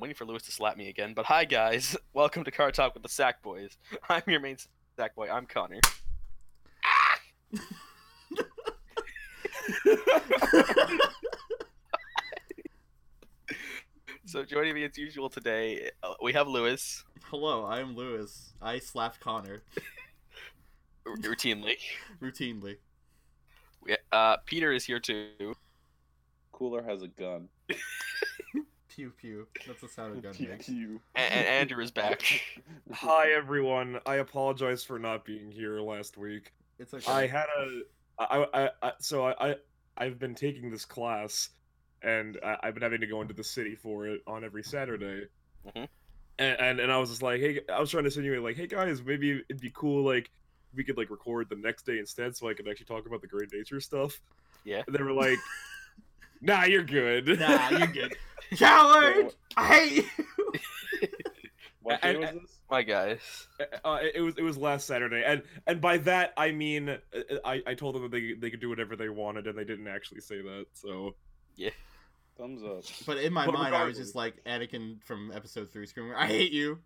waiting for Lewis to slap me again. But hi, guys. Welcome to Car Talk with the Sack Boys. I'm your main Sack Boy. I'm Connor. So joining me as usual today, uh, we have Lewis Hello, I'm Lewis. I slapped Connor r- routinely. routinely. We- Uh, Peter is here too. Cooler has a gun. Pew pew. That's the sound a gun Pew, makes. pew. And, and Andrew is back. Hi everyone. I apologize for not being here last week. It's okay. I had a I I, I so I, I I've been taking this class and I, I've been having to go into the city for it on every Saturday. Mm-hmm. Mhm. And, and and I was just like, hey, I was trying to insinuate like, hey guys, maybe it'd be cool like we could like record the next day instead, so I could actually talk about the great nature stuff. Yeah. And they were like, Nah, you're good. Nah, you're good. Coward! I hate you! What and- year was and- this? My guys. uh, it it was it was last Saturday, and and by that I mean uh, I I told them that they they could do whatever they wanted, and they didn't actually say that. So Thumbs up. But in my But mind, I was regardless- just like Anakin from episode 3 screaming, I hate you!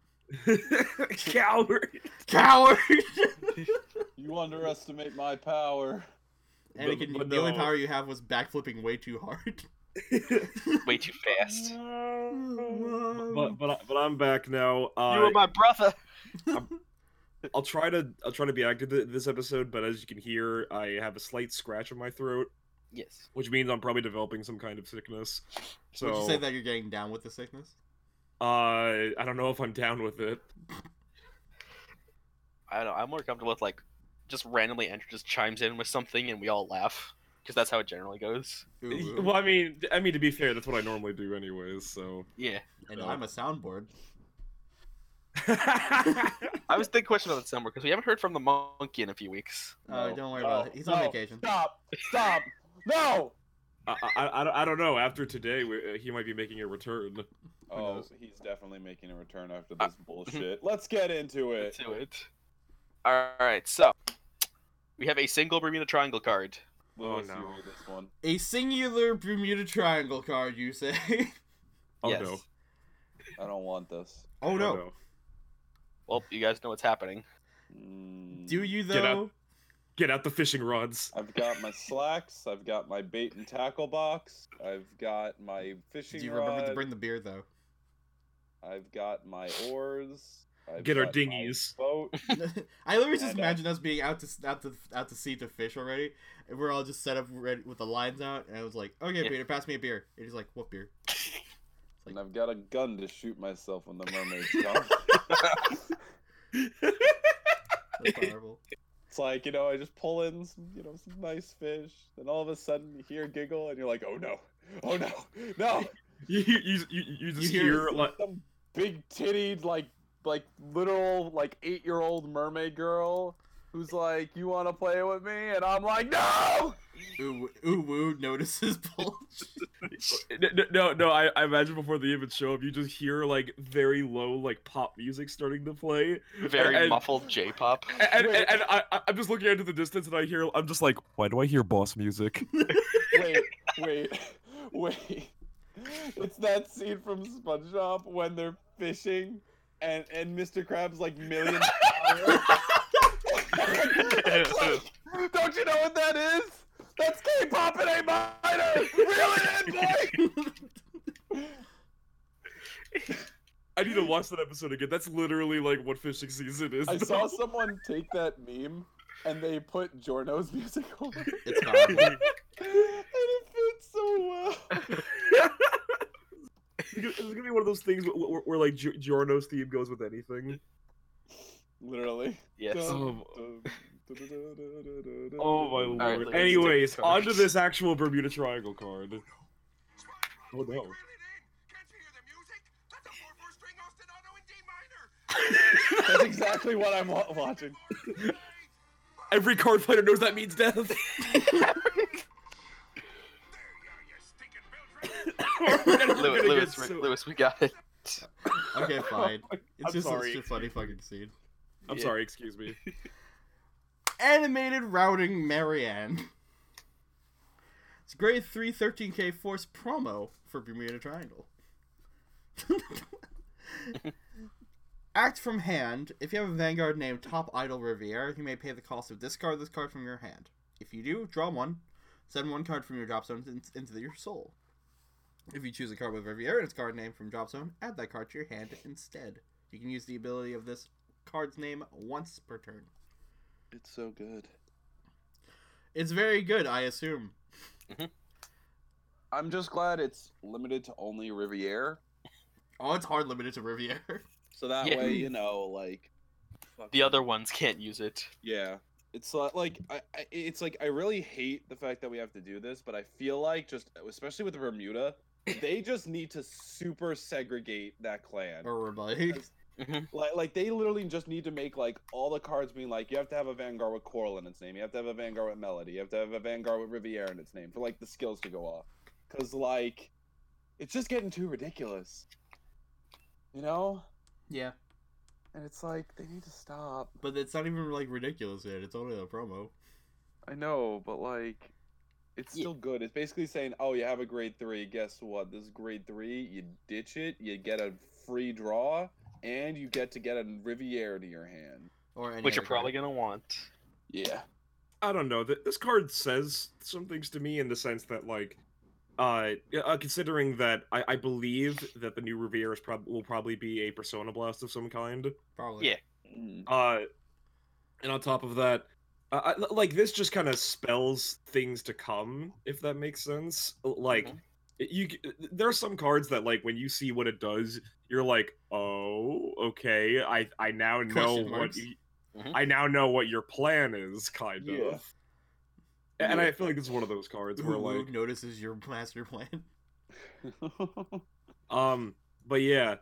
coward. Coward! You underestimate my power. Anakin, but uh, the only no. power you have was backflipping way too hard. Way too fast. But but I- but I'm back now. you Uh, were my brother. I'll try to I'll try to be active th- this episode, but as you can hear, I have a slight scratch on my throat, Yes. which means I'm probably developing some kind of sickness. So Would you say that you're getting down with the sickness? uh, I don't know if I'm down with it. I don't know. I'm more comfortable with like just randomly Andrew just chimes in with something and we all laugh because that's how it generally goes. Ooh, ooh. Well, I mean, I mean to be fair, that's what I normally do, anyways. So. Yeah. and I'm a soundboard. I was thinking question about the summer because we haven't heard from the monkey in a few weeks. Oh, No, don't worry no, about it. He's on no, vacation. Stop! Stop! No! I, I, I don't- I don't know. After today, we- uh, he might be making a return. Oh, knows? he's definitely making a return after Uh, this bullshit. Let's get into it. To it. All right, so we have a single Bermuda Triangle card. Lewis, Oh, you no. read this one. A singular Bermuda Triangle card, you say? Oh yes. no! I don't want this. Oh no. Well, you guys know what's happening. Mm, Do you Get though? Get out the fishing rods. I've got my slacks. I've got my bait and tackle box. I've got my fishing Do you remember rod. to bring the beer though? I've got my oars. I've Get our got my dinghies. Boat. I literally just And, uh, imagine us being out to s- out to out to sea to fish already, and we're all just set up ready, with the lines out, and I was like, "Okay, Yeah. Peter, pass me a beer." And he's like, "What beer?" And I've got a gun to shoot myself when the mermaids come. That's horrible. it's like, you know, I just pull in some, you know, some nice fish, then all of a sudden you hear a giggle and you're like, oh no, oh no, no. You you you, you- you just hear- hear like Some big titted, like, like little, like eight year old mermaid girl who's like, you want to play with me? And I'm like, no! Ooh, ooh, woo notices bulge. N- n- no no. I, I imagine before they even show up, you just hear like very low like pop music starting to play, Very And- muffled J-pop. and and, Wait. and I I- I'm just looking out into the distance, and I hear I'm just like, why do I hear boss music? wait, wait, wait. It's that scene from SpongeBob when they're fishing and and Mr. Krabs like million. It's like, Don't you know what that is? That's K-pop in A minor. Reel it in, boy. I need to watch that episode again. That's literally like what fishing season is. I saw now. someone take that meme and they put Jorno's music over, it, It's horrible. and it fits so well. It's gonna be one of those things where, where, where like Gi- Giorno's theme goes with anything. Literally. Yes. Um, Oh Oh my lord. right, let's Anyways, take the card. onto this actual Bermuda Triangle card. Oh no. That's exactly what I'm wa- watching. Every card fighter knows that means death. We're gonna- we're Lewis, Lewis, gonna get so- Lewis, we got it. okay, fine. It's I'm just sorry. such a funny fucking scene. I'm Yeah. sorry, excuse me. Animated routing Marianne. It's grade three 13k force promo for Bermuda Triangle. Act from hand. If you have a vanguard named Top Idol Riviere, you may pay the cost of discard this card from your hand. If you do, draw one. Send one card from your drop zone in- into your soul. If you choose a card with Riviere in its card name from drop zone, add that card to your hand instead. You can use the ability of this card's name once per turn. It's so good. It's very good, I assume. I'm just glad it's limited to only Riviere, Oh, it's hard limited to Riviere. so that Yeah. way you know, like The other ones can't use it. Yeah, it's li- like I, I, it's like I really hate the fact that we have to do this, but I feel like just especially with Bermuda, they just need to super segregate that clan. or Riviere. Like, like they literally just need to make like all the cards being like you have to have a vanguard with coral in its name, you have to have a vanguard with melody, you have to have a vanguard with Riviera in its name for like the skills to go off, because like it's just getting too ridiculous, you know. Yeah. And it's like they need to stop. But it's not even like ridiculous yet. It's only a promo. I know, but like, it's Yeah. still good. It's basically saying, "Oh, you have a grade three. Guess what? This is grade three. You ditch it. You get a free draw, and you get to get a Riviera to your hand." Or any Which you're other probably card. gonna want. Yeah. I don't know. th- This card says some things to me in the sense that, like, uh, yeah, uh considering that I, I believe that the new Riviera is prob- will probably be a Persona Blast of some kind. Probably. Yeah. Mm. Uh, and on top of that, uh, I, like this just kind of spells things to come, if that makes sense. L- Like, Mhm. it- you c- there are some cards that like when you see what it does, you're like, oh, okay, I I now know Question what marks. y- Mhm. I now know what your plan is, kind Yeah. of. A- And Yeah. I feel like it's one of those cards where Who like, notices your master plan? um, but yeah,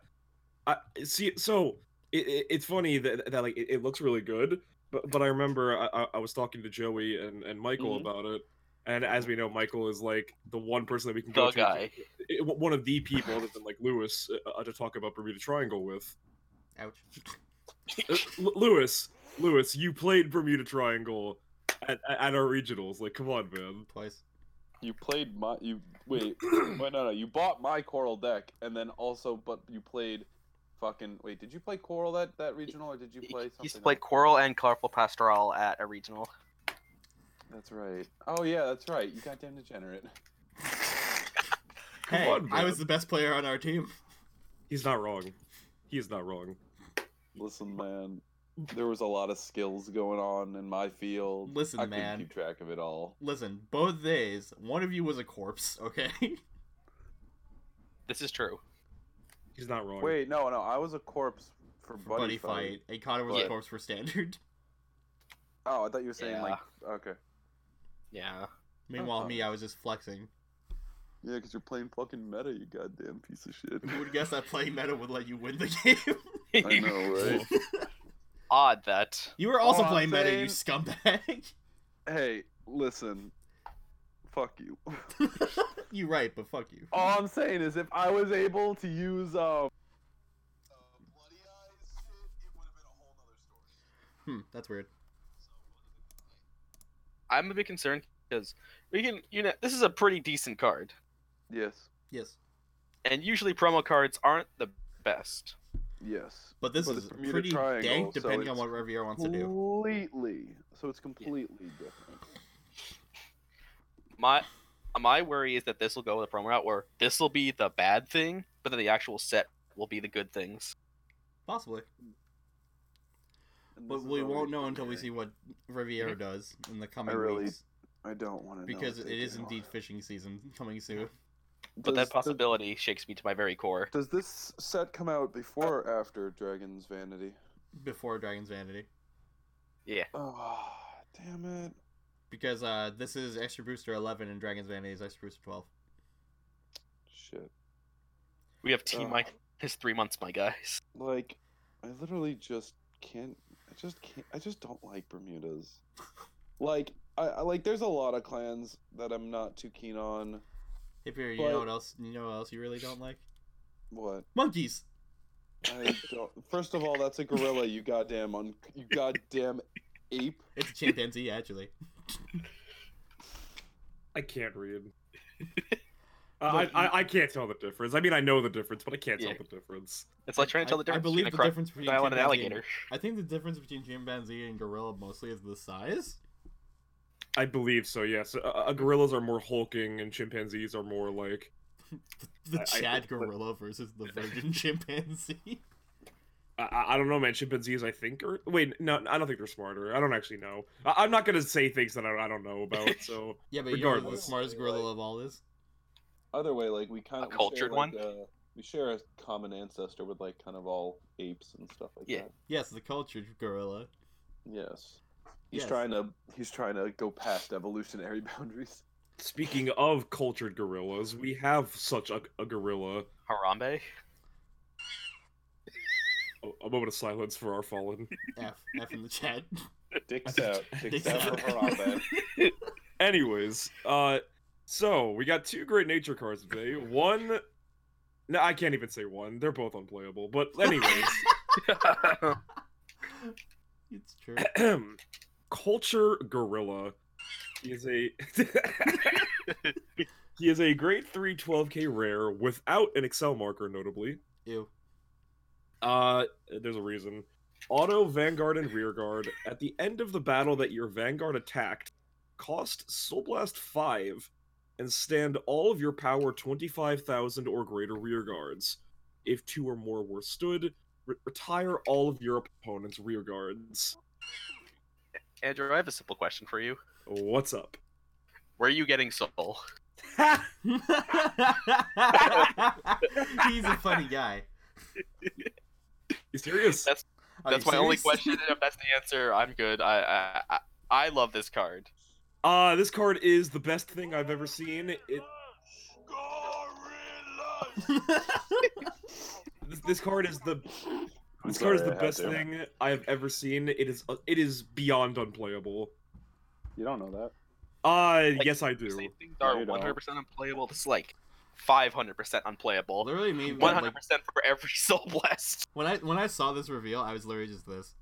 I see. So it, it, it's funny that, that like it, it looks really good, but but I remember I, I- I was talking to Joey and, and Michael Mhm. Mm-hmm. about it, and as we know, Michael is like the one person that we can The go to, guy. i- i- one of the people other than like Lewis uh, uh, to talk about Bermuda Triangle with. Ouch. Uh, L- Lewis, Lewis, you played Bermuda Triangle at, at our regionals. Like, come on, man. Twice. you played my. You wait. wait. No. No. You bought my coral deck, and then also, but you played. Fucking wait! Did you play coral that that regional, or did you play something? He's played Coral and Colorful Pastoral at a regional. else? That's right. Oh yeah, that's right. You goddamn degenerate. Come hey, on, I man. was the best player on our team. He's not wrong. He is not wrong. Listen, man, there was a lot of skills going on in my field. Listen, I man. couldn't keep track of it all. Listen, both days, one of you was a corpse, okay? This is true. He's not wrong. Wait, no, no, I was a corpse for For buddy fight, and Connor was a Yeah. corpse for standard. Oh, I thought you were saying Yeah. like okay, Yeah. Meanwhile, me, I was just flexing. yeah, because you're playing fucking meta, you goddamn piece of shit. Who would guess that playing meta would let you win the game? I know, right? Odd that. you were also All I'm playing meta, you scumbag. hey, listen, fuck you. you right, but fuck you. All I'm saying is, if I was able to use um. Hmm, that's weird. I'm a bit concerned because we can, you know, this is a pretty decent card, Yes, Yes. and usually promo cards aren't the best. yes. But this But is it's Bermuda pretty Triangle, dank so depending on it's what Riviera wants to do. Completely. So it's completely different. My my worry is that this will go the promo route where this will be the bad thing, but then the actual set will be the good things. Possibly. And But this is we won't already know until we okay. see what Riviera does in the coming really weeks. I don't want to Because it is indeed fishing season coming soon. But that possibility shakes me to my very core. Does, this set come out before or after Dragon's Vanity? Before Dragon's Vanity. Oh, damn it! Because uh, this is Extra Booster 11 and Dragon's Vanity is Extra Booster 12. Shit. We have T Uh, Ugh. minus three months, my guys. Like, I literally just can't. I just can't. I just don't like Bermudas. Like, I, I like. There's a lot of clans that I'm not too keen on. Hippier, you But- know what else? You know what else you really don't like? What? Monkeys. I don't. First of all, that's a gorilla. You goddamn un. You goddamn ape. It's a chimpanzee actually. I can't read. Uh, Look, I, you- I I can't tell the difference. I mean, I know the difference, but I can't Yeah. tell the difference. It's like trying to tell I- the difference I believe between the a difference between crocodile and an chimpanzee alligator. I think the difference between chimpanzee and gorilla mostly is the size. I believe so. Yes, uh, uh, gorillas are more hulking, and chimpanzees are more like. The I- I Chad think what- gorilla versus the virgin chimpanzee. I- I, I don't know, man. Chimpanzees, I think, are wait, no, I don't think they're smarter. I don't actually know. I, I'm not gonna say things that I, I don't know about. So Yeah, but you know what the Regardless. smartest gorilla of all is? Either way, like we kind of cultured one? Like, uh, we share a common ancestor with like kind of all apes and stuff like Yeah. that. Yes, the cultured gorilla. Yes. He's Yes. trying to he's trying to go past evolutionary boundaries. Speaking of cultured gorillas, we have such a, a gorilla. Harambe. A, Oh, a moment of silence for our fallen. F F in the chat. Dicks out, dicks out for Harambe. Anyways, uh, so we got two great nature cards today. One, no, I can't even say one. They're both unplayable. But anyways, It's true. culture gorilla. He is a. He is a grade 3 12k rare without an Excel marker, notably. Ew. Uh, there's a reason. Auto, Vanguard, and Rearguard. At the end of the battle that your Vanguard attacked, cost Soul Blast 5 and stand all of your power 25,000 or greater Rearguards. If two or more were stood, re- retire all of your opponent's Rearguards. Andrew, I have a simple question for you. What's up? Where are you getting soul? He's a funny guy. You serious? That's Are that's you my only serious? question. And if that's the answer, I'm good. I I I, I love this card. Uh, this card is the best thing I've ever seen. It this, this card is the I'm this card is sorry, the I had best to. thing I have ever seen. It is uh, it is beyond unplayable. You don't know that. Uh, yes, I do. These things are you don't. 100 percent unplayable. This is like 500 percent unplayable. Literally, me. when, 100 like, percent for every soul blast. when I when I saw this reveal, I was literally just this.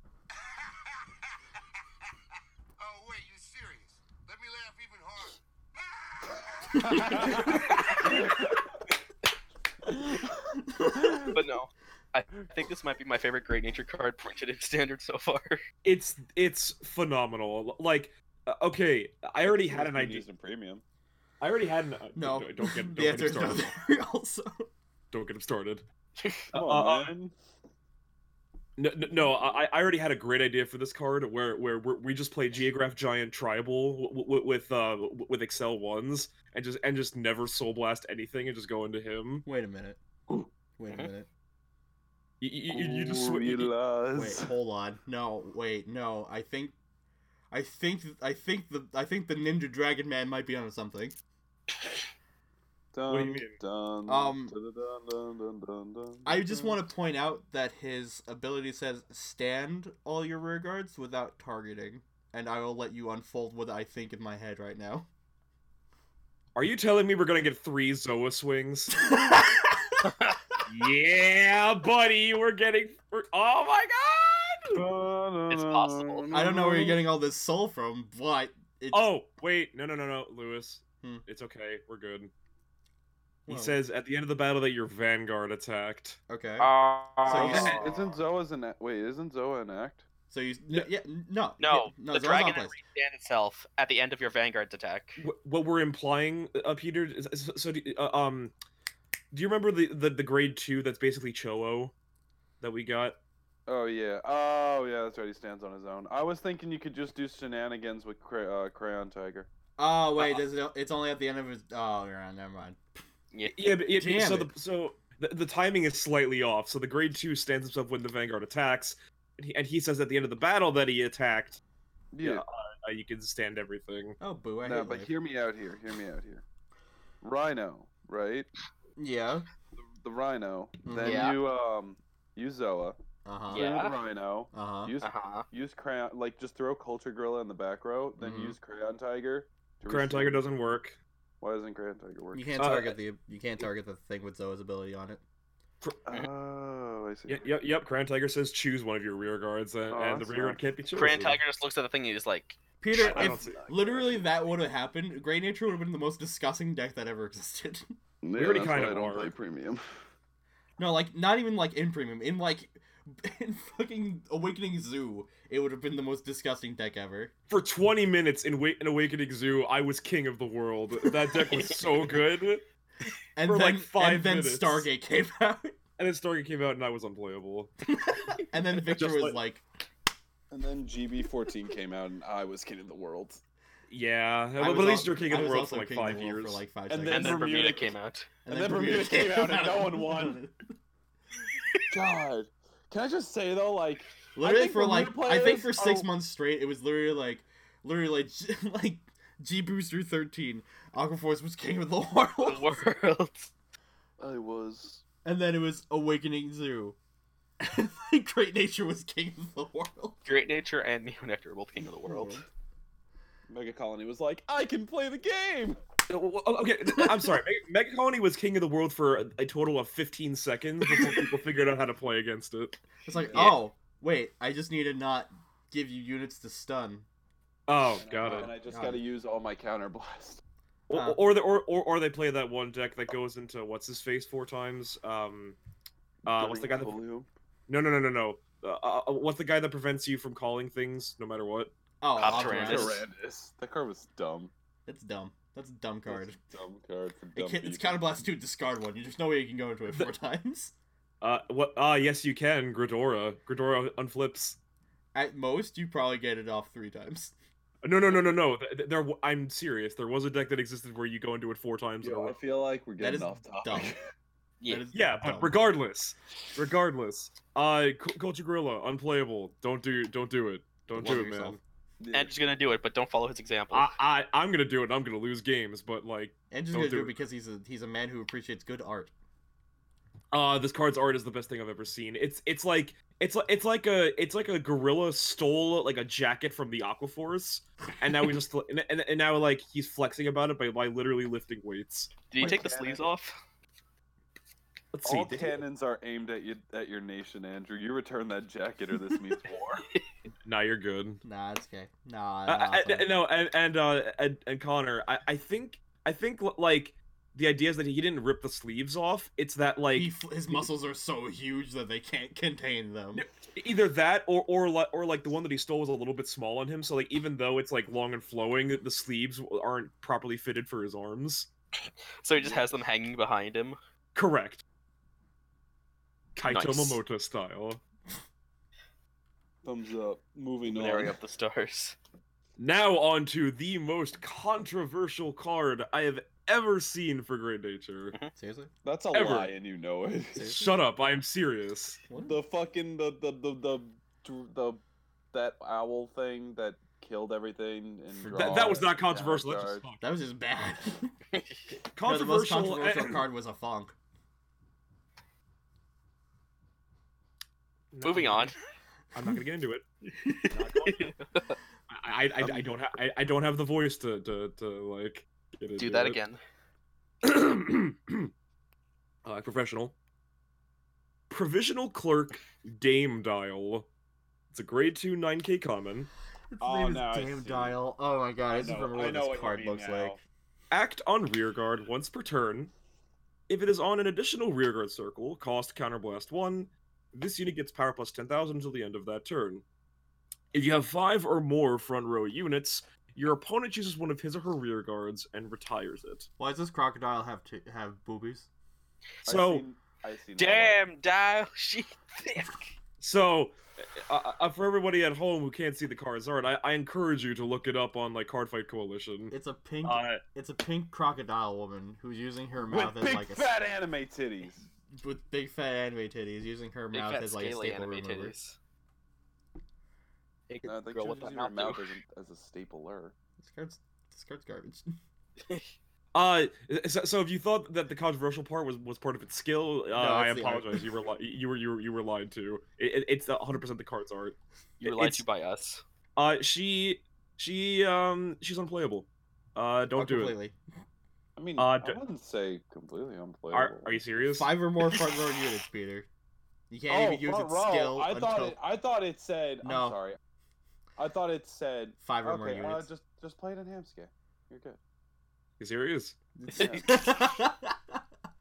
oh wait, you serious? Let me laugh even harder. But no, I think this might be my favorite Great Nature card printed in Standard so far. It's it's phenomenal. Like, uh, okay, I already had an idea. Used in premium. I already had an uh, No. Don't, don't get the don't get answer him is no. started. There also. Don't get him started. Come Uh, on, uh, man. No, no, no, I, I already had a great idea for this card where where we're, we just play Geograph Giant Tribal w- w- with uh w- with Excel ones and just and just never Soul Blast anything and just go into him. Wait a minute. Ooh. Wait a Mhm. minute. You, you, you- you just sw- you- Wait, you- Gorillas. hold on. No, wait, no. I think, I think, I think the I think the Ninja Dragon Man might be onto something. Dun, What do you mean? dun, Um, dun, dun, dun, dun, dun, I just dun. want to point out that his ability says stand all your rear guards without targeting, and I will let you unfold what I think in my head right now. Are you telling me we're gonna get three Zoa swings? yeah, buddy, we're getting. We're, oh my god! It's possible. I don't know where you're getting all this soul from, but it's, Oh wait, no, no, no, no, Lewis, Hmm. it's okay. We're good. He Whoa. says at the end of the battle that your vanguard attacked. okay. Uh, you said- Isn't Zoa's an act? Wait, isn't Zoa an act? so you n- yeah n- no no, yeah, no the Zora's not dragon placed. can restand itself at the end of your vanguard's attack. Wh- What we're implying, uh, Peter. Is, is- so, do, uh, um, do you remember the, the the grade two that's basically Choo that we got? Oh yeah. Oh yeah. That's right. He stands on his own. I was thinking you could just do shenanigans with cray- uh, Crayon Tiger. Oh wait, does it, it's only at the end of his. Oh, never mind, never mind. Yeah, but it, Damn so it. the so the, the timing is slightly off. So the grade two stands himself when the vanguard attacks, and he, and he says at the end of the battle that he attacked. Yeah. uh, you can stand everything. Oh boo, I no, hate but life. hear me out here. Hear me out here. Rhino, right? Yeah. The Rhino. Then Yeah. you um, use Zoa. Uh huh. Yeah. Then Rhino. Uh huh. Use Uh-huh. use crayon. Like just throw Culture Gorilla in the back row. Then Mhm. use Crayon Tiger. to Grand reset. Tiger doesn't work. Why doesn't Crayon Tiger work? You can't Uh, target the you can't target the thing with Zoa's ability on it. Oh, I see. Yep, yep, yep. Grand Tiger says choose one of your rear guards, and, Oh, and the that's rear guard nice. can't be chosen. Grand Tiger just looks at the thing and he's like, Peter, I don't if see that. literally that would have happened, Grey Nature would have been the most disgusting deck that ever existed. Yeah, already that's why kinda I don't are. play premium. No, like not even like in premium. In like in fucking Awakening Zoo, it would have been the most disgusting deck ever. For 20 minutes in, Wa- in Awakening Zoo, I was king of the world. That deck was so good. And For, then like, five and then minutes. Stargate came out, And then Stargate came out and I was unplayable. and then Victor Just was like- like, And then GB14 came out, and I was king of the world. Yeah, I but was at least al- you're I king of the was world also for like king of the five world years. For like five And seconds. and then Bermuda Bermuda came- came out. And then Bermuda came out and no one won. God. Can I just say, though, like, literally think for like Bermuda I think players for six are- months straight, it was literally like literally like G- like G Booster thirteen, Aquaforce was king of the The world, world. I was. and then it was Awakening Zoo, and then Great Nature was king of the world. Great Nature and Neonectar are both king of the world. Mega Colony was like, I can play the game! Uh, well, Okay, I'm sorry. Mega Mega Colony was king of the world for a, a total of 15 seconds before people figured out how to play against it. It's like, Yeah. oh wait, I just need to not give you units to stun. Oh, And I- got And it. I just Got gotta it. use all my counter blast. Or, Uh, or, the, or, or or they play that one deck that goes into what's his face four times. Um, uh, what's the guy that? Blue. No, no, no, no, no. Uh, uh, what's the guy that prevents you from calling things no matter what? Oh, Pop Optimus. Tyrannus. Tyrannus. That card was dumb. That's dumb. That's a dumb card. That's a Dumb card for dumb It can, it's people. counter blast two, discard one. You there's no way you can go into it four times. Uh, what? Ah, yes, you can. Gridora. Gridora unflips. At most, you probably get it off three times. No, no, no, no, no. th- th- There, w- I'm serious. There was a deck that existed where you go into it four times. in a Yo, I row. feel like we're That getting is off dumb. topic. Yeah. That is Yeah, dumb. but regardless, regardless, uh, Cul- Culture Gorilla unplayable. Don't do, don't do it. Don't Love do it, yourself. man. Yeah. Andrew's gonna do it, but don't follow his example. Ah, I, I, I'm gonna do it. and I'm gonna lose games, but like, And just Don't gonna do do it it. because he's a he's a man who appreciates good art. uh, this card's art is the best thing I've ever seen. It's, it's like, it's like, it's like a, it's like a gorilla stole like a jacket from the Aquaforce, and now we just, and, and, and now like he's flexing about it by, by literally lifting weights. Did you Wait, take the can sleeves I- off? Let's see. All did he- cannons are aimed at you, at your nation, Andrew. You return that jacket, or this means war. Nah, you're good. Nah, it's okay. Nah, nah, I, it's I, fine. no, and and, uh, and and Connor, I, I think I think l- like the idea is that he didn't rip the sleeves off. It's that like He fl- his muscles are so huge that they can't contain them. No. e-, either that or or li- or like the one that he stole was a little bit small on him. So like even though it's like long and flowing, the sleeves aren't properly fitted for his arms. So he just has them hanging behind him. Correct. Kaito Nice. Momoto style. Thumbs up. Moving Luminary on. of the stars. Now on to the most controversial card I have ever seen for Great Nature. Seriously? That's a Ever. lie, and you know it. Seriously? Shut up, I am serious. What? the fucking the the the the, dr- the that owl thing that killed everything. For- That- And That, that was not controversial. That's just fun. that was just bad. No, the most controversial. eh, controversial and- card was a funk. No, Moving on. I'm not gonna get into it. Not going to. I, I, I, I don't have I, I don't have the voice to to, to like get into Do that it. again. uh, professional. Provisional clerk Dame Dial. It's a grade two nine K common. Its Oh, name is now I Dame see. Dial. Oh my god, I, I just know- remember I what know this what you card mean looks now. like. Act on rearguard once per turn. If it is on an additional rearguard circle, cost counterblast one. This unit gets power plus 10,000 until the end of that turn. If you have five or more front row units, your opponent chooses one of his or her rearguards and retires it. Why does this crocodile have to have boobies? So, I seen that one. Damn, dial she thick. so uh, uh, for everybody at home who can't see the card's art, I, I encourage you to look it up on like Card Fight Coalition. It's a pink. Uh, it's a pink crocodile woman who's using her mouth with as big like a fat anime titties. with big fat anime titties, using her Big mouth fat as like a scaly staple anime remover. titties. Hey, No, I think girl she was with that using her mouth mouth though. as a, as a stapler. This card's this card's garbage. uh, so, so if you thought that the controversial part was, was part of its skill, uh, I it's the art. apologize. You were li- you were you were you were lied to. It, it- it's 100 percent the card's art. You were lied It's- to by us. Uh, she she um she's unplayable. Uh, don't Not do it. completely. I mean, Uh, I d- wouldn't say completely unplayable. Are, are you serious? Five or more front row units, Peter. You can't even use Oh, front its row. skill I until thought it. I thought it said. No. I'm sorry. I thought it said. five or more Okay, uh, units. just just play it in Hamsky. You're good. You serious? It's-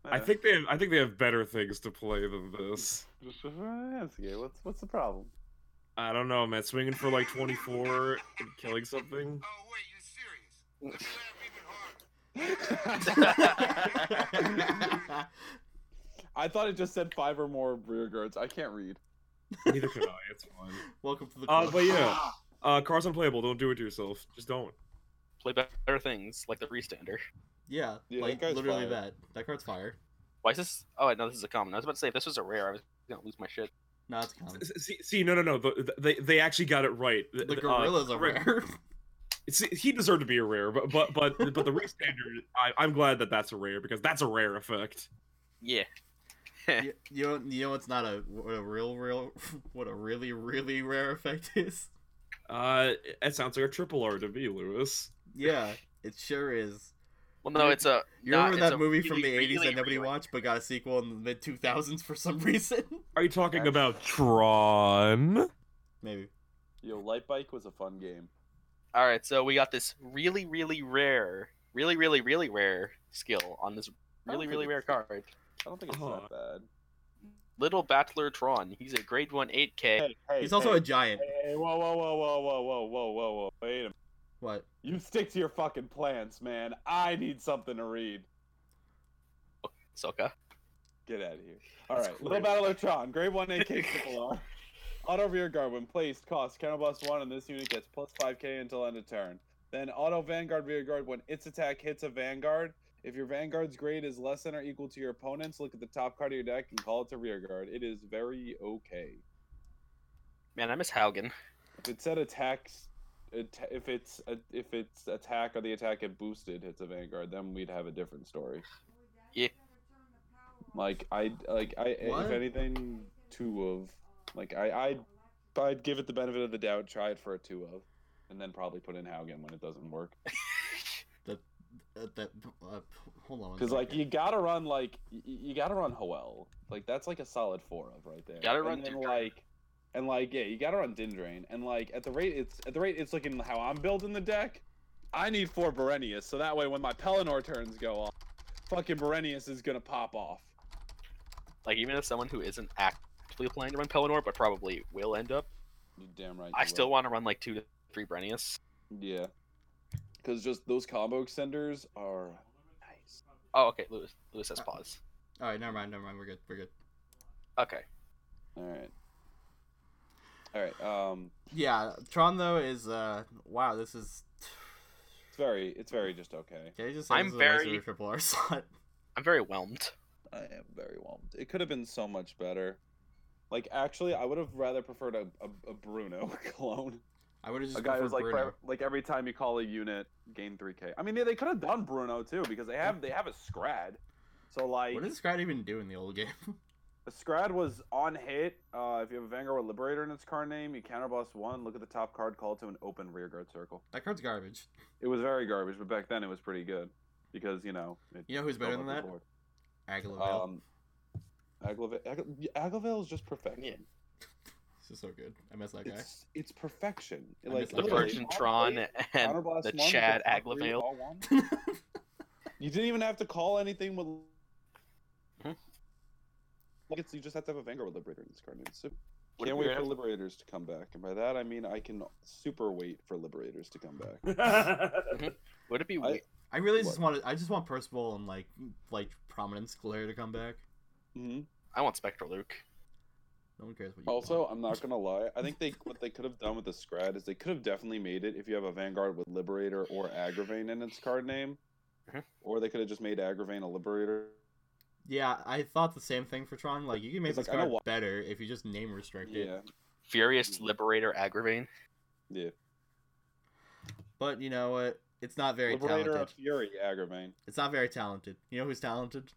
I think they have, I think they have better things to play than this. Just investigate. What's what's the problem? I don't know, man. Swinging for like 24 and killing something. Oh wait, you serious? Let me laugh even harder. I thought it just said five or more rear guards. I can't read. Neither can I. It's fine. Welcome to the Uh, club. but yeah, uh, cars unplayable. Don't do it to yourself. Just don't. Play better things like the restander. yeah, Yeah, like that card's literally fire. that. That card's fire. Why is this? Oh, I know this is a common. I was about to say if this was a rare, I was gonna lose my shit. No, it's common. S- See, see no, no, no. The, they they actually got it right. Um, The uh, gorilla's a Rick- rare. See, he deserved to be a rare, but but but but the restander. I, I'm glad that that's a rare because that's a rare effect. Yeah. you, you know, you know what's not a what a real real what a really really rare effect is. Uh, it sounds like a triple R to me, Lewis. Yeah, it sure is. Well, no, it's a. You nah, remember it's that a movie from the really, '80s really that nobody rare- watched, but got a sequel in the mid 2000s for some reason? Are you talking That's- about Tron? Maybe. Yo, light bike was a fun game. All right, so we got this really, really rare, really, really, really rare skill on this I don't really, think really it's- rare card. I don't think it's Oh. that bad. Little Battler Tron. He's a grade one 8K. Hey, hey, He's also hey, a giant. Hey, whoa, whoa, whoa, whoa, whoa, whoa, whoa, whoa, whoa! Wait a minute. What? You stick to your fucking plans, man. I need something to read. Soka. Get out of here. All That's right, Little crazy. Battle of Tron, Grade 1 AK Triple R. Auto Rear Guard, when placed, costs counterblast 1, and this unit gets plus 5k until end of turn. Then Auto Vanguard Rear Guard, when its attack hits a Vanguard, if your Vanguard's grade is less than or equal to your opponent's, look at the top card of your deck and call it to Rear Guard. It is very okay. Man, I miss Haugen. If it said attacks, atta- if it's if its attack or the attack had boosted hits a Vanguard, then we'd have a different story. Yeah. Like I like I What? if anything two of like I I'd, I'd give it the benefit of the doubt, try it for a two of, and then probably put in Haugen when it doesn't work. Uh, that, uh, hold on. one Because like second. you gotta run like y- y- you gotta run Hoel. Like that's like a solid four of right there. Gotta and run then, Dindrain. like and like yeah, you gotta run Dindrain. And like at the rate it's at the rate it's looking how I'm building the deck, I need four Berenius, so that way when my Pelennor turns go off, fucking Berenius is gonna pop off. Like, even if someone who isn't actively planning to run Pelennor, but probably will end up, You damn right. I you still will. want to run like two to three Brennius. Yeah. Because just those combo extenders are nice. Oh, okay. Lewis, Lewis has pause. All right, never mind, never mind. We're good. We're good. Okay. All right. All right. Um, Yeah, Tron though is uh wow. This is. it's very, it's very just okay. Did I just say I'm this is a waste of very- a triple R slot? I'm very whelmed. I am very whelmed. It could have been so much better. Like actually, I would have rather preferred a, a, a Bruno clone. I would have just a guy gone who's for like Bruno. for- like every time you call a unit, gain three k. I mean, they, they could have done Bruno too because they have they have a Scrad. So like What did Scrat even do in the old game? The Scrad was on hit. Uh, if you have a Vanguard with Liberator in its card name, you counterboss one. Look at the top card, call it to an open rearguard circle. that card's garbage. It was very garbage, but back then it was pretty good because you know. It You know who's better than that? Board. Aguilar. Vale. Um, Aglavale, Agla- Aglavale is just perfection. Yeah. this is so good. I miss that guy. It's it's perfection. I Like miss The Literally, Persian Tron and counterblast the one, Chad get three, Aglavale. all one. You didn't even have to call anything with. Mhm. Like it's, you just have to have a Vanguard with Liberator in this card. name. It's super- Would it be Can't wait for random? Liberators to come back, and by that I mean I can super wait for Liberators to come back. Uh, Would it be I- weird? I really What? just wanted. I just want Percival and like like prominence glare to come back. hmm I want Spectral Luke. No one cares what you Also, want. I'm not gonna lie. I think they what they could have done with the Scrad is they could have definitely made it if you have a Vanguard with Liberator or Aggravane in its card name, Mhm. or they could have just made Aggravane a Liberator. Yeah, I thought the same thing for Tron. Like you can make It's this like, I know card why- better if you just name restrict it. Yeah, Furious Mm. Liberator Aggravane. yeah. But you know what? It's not very Liberator talented. of Fury Aggravane. It's not very talented. You know who's talented?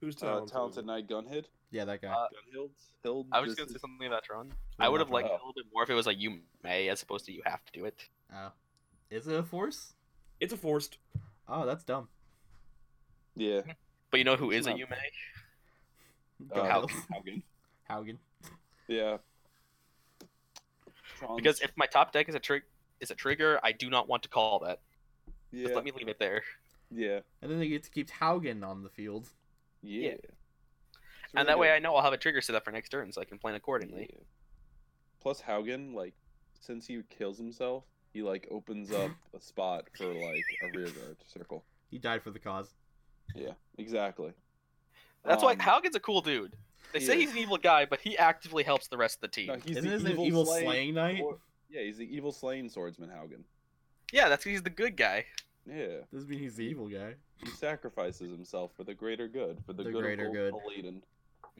Who's Uh, talented? talented Knight Gunhid. Yeah, that guy. Uh, Gunhild. Hild. I was this gonna say is- something about Tron. I would have liked it a Oh. little bit more if it was like you may as opposed to you have to do it. oh. Is it a force? It's a forced. Oh, that's dumb. Yeah. But you know who is a Not- you may? Uh, Gale. Haugen. Haugen. Yeah. Tron's- Because if my top deck is a trig is a trigger, I do not want to call that. yeah, Just let me leave it there. yeah, And then they get to keep Haugen on the field. Yeah. It's really and that way good. I know I'll have a trigger set up for next turn, so I can plan accordingly. Yeah. Plus Haugen, like, since he kills himself, he like opens up a spot for like a rear guard circle. He died for the cause. Yeah, exactly. That's why Um, Haugen's a cool dude. They he say he's is. an evil guy, but he actively helps the rest of the team. No, he's Isn't the his name evil, Evil slain- Slaying Knight? or- yeah, he's the evil slain swordsman Haugen. Yeah, that's 'cause he's the good guy. Yeah, Doesn't mean he's the evil guy. he sacrifices himself for the greater good, for the, The good greater of good. Old Aladdin.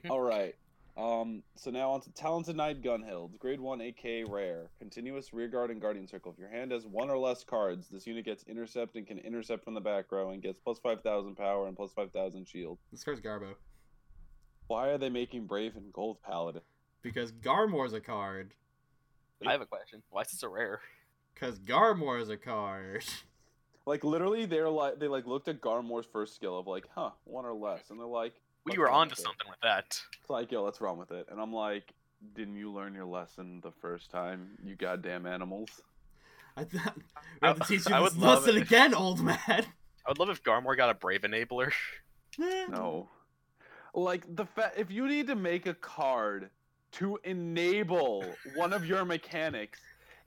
Mhm. All right. Um, so now on to Talented Knight Gunhild, grade 1 AK rare, continuous rear guard and guardian circle. If your hand has one or less cards, this unit gets intercept and can intercept from the back row and gets plus 5,000 power and plus 5,000 shield. This card's Garbo. Why are they making Brave and Gold Paladin? Because Garmore's a card. I have a question. Why is it so rare? Because Garmore is a card. Like literally they're like they like looked at Garmore's first skill of like, huh, one or less, and they're like We "What's were wrong onto with it?" something with that. It's like, yo, what's wrong with it? And I'm like, didn't you learn your lesson the first time, you goddamn animals? I thought we have to teach you I this would love lesson it. again, old man. I would love if Garmore got a Brave Enabler. No. Like the fa- if you need to make a card to enable one of your mechanics,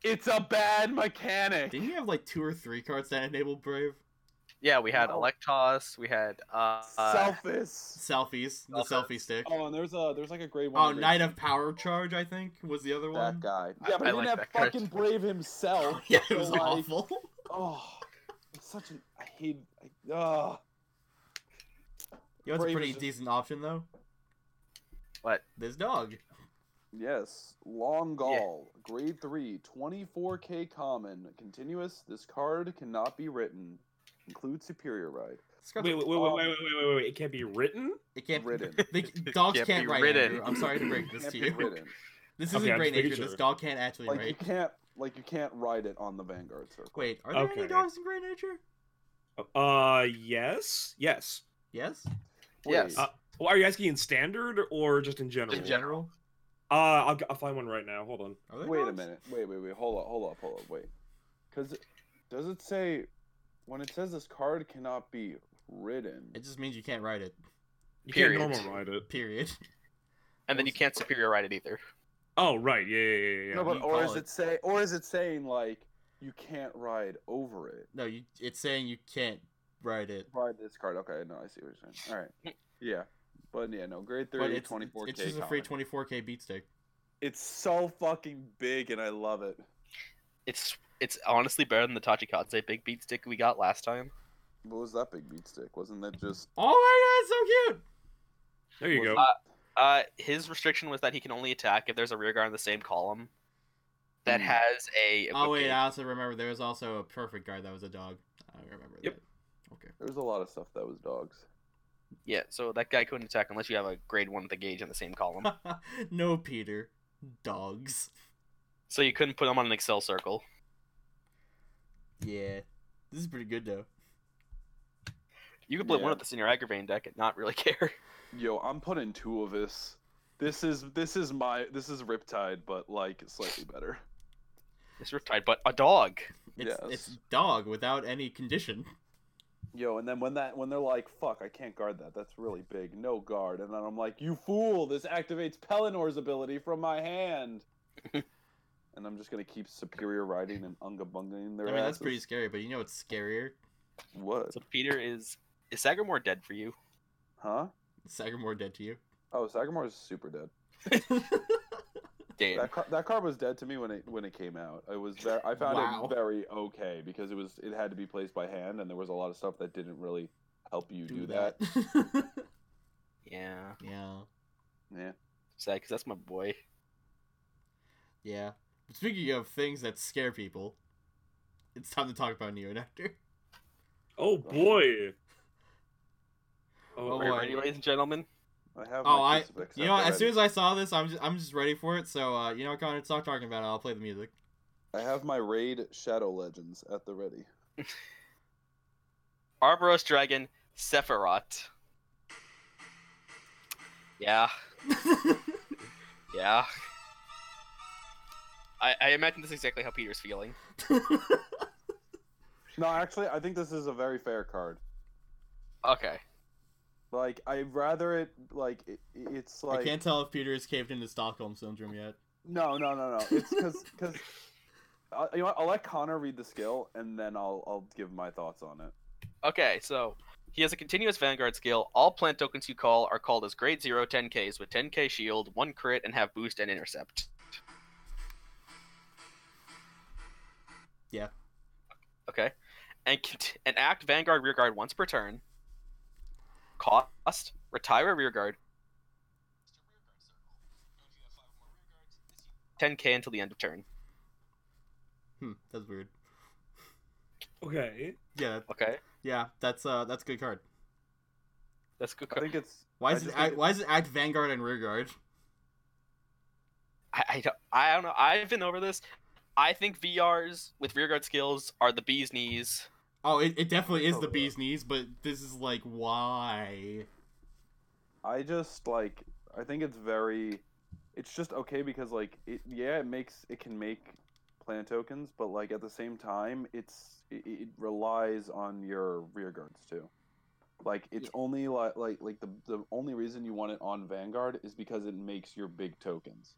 it's a bad mechanic. Didn't you have like two or three cards that enable Brave? Yeah, we had No. Electos, we had uh, uh Selfish. Selfies. The Selfies. selfie stick. Oh, and there's a there's like a grade one. Oh, and grade Knight two. of Power Charge, I think, was the other that one. guy. I- Yeah, but I he like didn't have that card. fucking brave himself. Yeah, it So, was like, awful. Oh, it's such an I hate. I, uh, You know what's a Brave pretty is just- decent option though? What? This dog. Yes, Long Gall, grade 3, 24k common, continuous. This card cannot be written. Include superior ride. This Wait, card's- wait, wait, wait, Um, wait, wait, wait, wait, wait! It can't be written. It can't. Ridden. They, dogs Can't can't, be write. ridden. Andrew. I'm sorry to break this Can't to be you. written. This Okay, isn't I'm great just making nature. This sure. dog can't actually Like you write. can't like you can't ride it on the Vanguard circle. Wait, are there any Okay. dogs in great nature? Uh, yes, yes. Yes. Yes. Wait, Uh, Well, are you asking in standard or just in general? In general. Uh, I'll, g- I'll find one right now. Hold on. Are there wait a dogs? minute. Wait, wait, wait. Hold up, hold up, hold up. Wait. Cuz does it say when it says this card cannot be ridden? It just means you can't write it. You Period. can't normal ride it. Period. and then you can't superior ride it either. Oh, right. Yeah, yeah, yeah, yeah. no, you but or call is it. it say or is it saying like you can't ride over it? No, you. It's saying you can't write it. Buy this card. Okay, no, I see what you're saying. All right. Yeah. But yeah, no, grade But 30, it's, 24K. it's just a free common. 24k beat stick. It's so fucking big and I love it. It's it's honestly better than the Tachikadze big beat stick we got last time. What was that big meat stick? Wasn't that just. Oh my god, so cute! there you go. Uh, Uh, his restriction was that he can only attack if there's a rear guard in the same column that Hmm. has a. Oh wait, okay, I also remember there was also a perfect guard that was a dog. I remember Yep. that. Okay. There was a lot of stuff that was dogs. yeah. So that guy couldn't attack unless you have a grade one with a gauge in the same column. no, Peter. Dogs. so you couldn't put him on an Excel circle. Yeah. This is pretty good, though. You could play Yeah. one of this in your Agravain deck and not really care. Yo, I'm putting two of this. This is this is my this is Riptide, but like slightly better. It's Riptide, but a dog. It's, Yes. it's dog without any condition. Yo, and then when that when they're like, "Fuck, I can't guard that. That's really big. No guard." And then I'm like, "You fool! This activates Pelinor's ability from my hand." and I'm just gonna keep superior riding and ungabungaing I their mean, that's asses. pretty scary, but you know what's scarier? What? So Peter is is Sagamore dead for you? Huh? Sagamore dead to you. Oh, Sagamore is super dead. Damn. That car, that card was dead to me when it when it came out. It was very, I found Wow. it very okay because it was it had to be placed by hand and there was a lot of stuff that didn't really help you do, that. Yeah. yeah. Yeah. Sad because that's my boy. Yeah. Speaking of things that scare people, it's time to talk about Neonectar. Oh boy. Oh, Are you boy. ready, ladies and gentlemen? I have. Oh, my I- crucifix You know, out as soon already. as I saw this, I'm just, I'm just ready for it. So, uh, you know, Connor, stop talking about it. I'll play the music. I have my raid Shadow Legends at the ready. Arboros Dragon, Sephiroth. Yeah, yeah. I, I imagine this is exactly how Peter's feeling. No, actually, I think this is a very fair card. Okay. Like I'd rather it like it, it's like I can't tell if Peter has caved into Stockholm syndrome yet. no no no no. It's because because you know what? I'll let Connor read the skill and then I'll I'll give my thoughts on it. Okay, so he has a continuous Vanguard skill. All plant tokens you call are called as grade 0 10Ks with 10K shield, 1 crit, and have boost and intercept. Yeah. Okay. And cont- an act Vanguard Rearguard once per turn. Cost, retire a Rearguard. 10k until the end of turn. Hmm, that's weird. Okay. Yeah, that- Okay, yeah, that's uh, that's a good card. that's a good. I card. think it's Why I is it just act, think why is it act Vanguard and Rearguard? I, I don't, I don't know. I've been over this. I think VRs with rearguard skills are the bee's knees. Oh, it, it definitely is Oh, the yeah. bee's knees, but this is like why? I just like I think it's very it's just okay because like it yeah it makes it can make plan tokens but like at the same time it's it, it relies on your rear guards too. Like it's only like like like the the only reason you want it on Vanguard is because it makes your big tokens.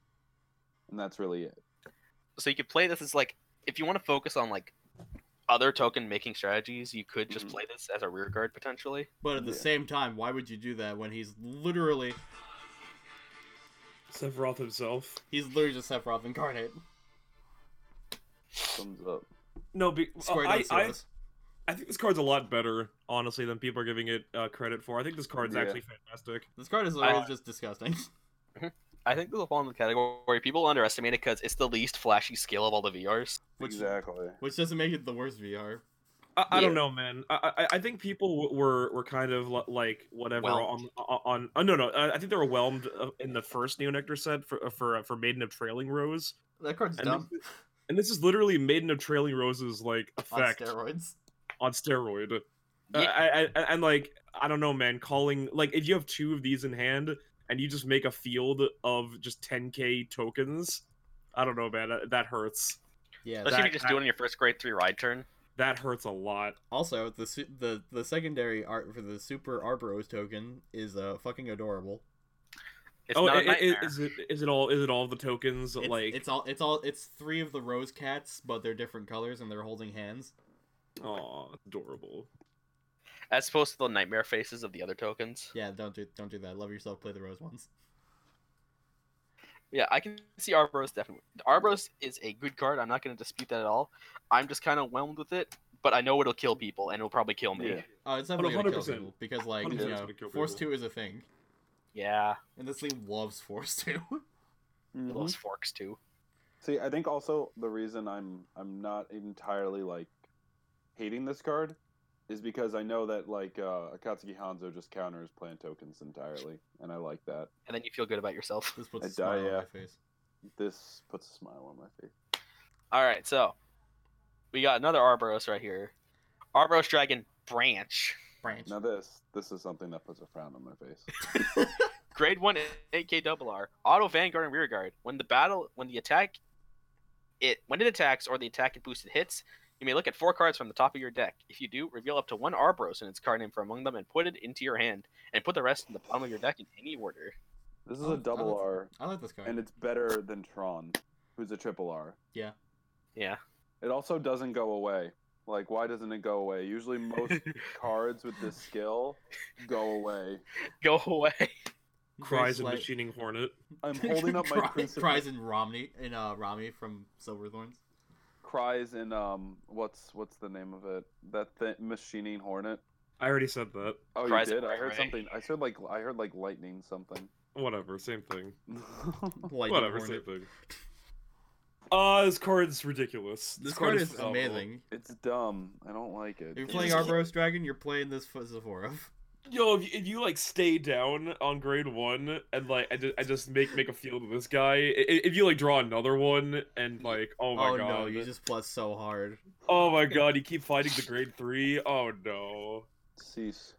And that's really it. So you could play this as like if you want to focus on like other token making strategies, you could just Mm-hmm. Mhm. play this as a rearguard potentially. But at the Yeah. same time, why would you do that when he's literally Sephiroth himself. he's literally just Sephiroth incarnate? Thumbs up. No, be, uh, Square I, does I, service. I think this card's a lot better, honestly, than people are giving it uh, credit for. I think this card's Yeah. actually fantastic. This card is literally just disgusting. I think this will fall in the category people underestimate it because it's the least flashy skill of all the VRs. Which- exactly. Which doesn't make it the worst VR. I, I don't Yeah. know, man. I, I, I think people w- were were kind of li- like whatever Whelmed. on on. Uh, no, no. I I think they were whelmed uh, in the first Neo Nectar set for uh, for uh, for Maiden of Trailing Rose, That card's And dumb and this is literally Maiden of Trailing Rose's like on effect steroids. on steroid. Uh, Yeah. I, I, I- and like I don't know, man. Calling like if you have two of these in hand and you just make a field of just 10k tokens, I don't know, man. That, that hurts. Yeah. Especially if that- you just that- do it on your first grade three ride turn. That hurts a lot. Also, the su- the the secondary art for the Super Arboros token is uh fucking adorable. It's not a i- i- nightmare. is Oh, it is it all is it all the tokens It's, like? it's all it's all it's three of the rose cats, but they're different colors and they're holding hands. Aw, adorable. As opposed to the nightmare faces of the other tokens. Yeah, don't do don't do that. Love yourself. Play the rose ones. Yeah, I can see Arbros definitely. Arbros is a good card. I'm not going to dispute that at all. I'm just kind of whelmed with it, but I know it'll kill people, and it'll probably kill me. Yeah. Yeah. Oh, it's definitely gonna kill 100%. people because like you 100% it's know, gonna kill force people. two is a thing, and this league loves force two. Mm-hmm. It loves forks too. See, I think also the reason I'm I'm not entirely like hating this card is because I know that like uh, Akatsuki Hanzo just counters plant tokens entirely, and I like that. And then you feel good about yourself. This puts I a die, smile on yeah. my face. This puts a smile on my face. All right, so we got another Arboros right here. Arboros Dragon Branch. Branch. Now this this is something that puts a frown on my face. Grade 1 AK double R. Auto Vanguard and Rearguard. When the battle, when the attack, it when it attacks or the attack it boosted hits, you may look at four cards from the top of your deck. If you do, reveal up to one Arbros and its card name from among them and put it into your hand, and put the rest in the bottom of your deck in any order. This is Oh, a double oh. R, I like this card. and it's better than Tron, who's a triple R. Yeah. It also doesn't go away. Like, why doesn't it go away? Usually, most cards with this skill go away. Go away. It's very Cries and slight. machining hornet. I'm holding up my Cry- crucifix. Cries and Romney and uh, Rami from Silverthorns. cries in um what's what's the name of it that th- machining hornet I already said that. oh Cries you in did i heard Ray. something i said like i heard like lightning something Whatever, same thing. Lightning Whatever, Hornet. same thing. Uh, this card's ridiculous. This card is phenomenal. amazing. it's dumb i don't like If it you're You playing just- Arboros Dragon, you're playing this for Sephiroth. Yo, if you, if you like stay down on grade one and like I just, I just make make a field of this guy. i- i- If you like draw another one and like oh my oh god, no, you just plus so hard. oh my god, you keep fighting the grade three. Oh no, cease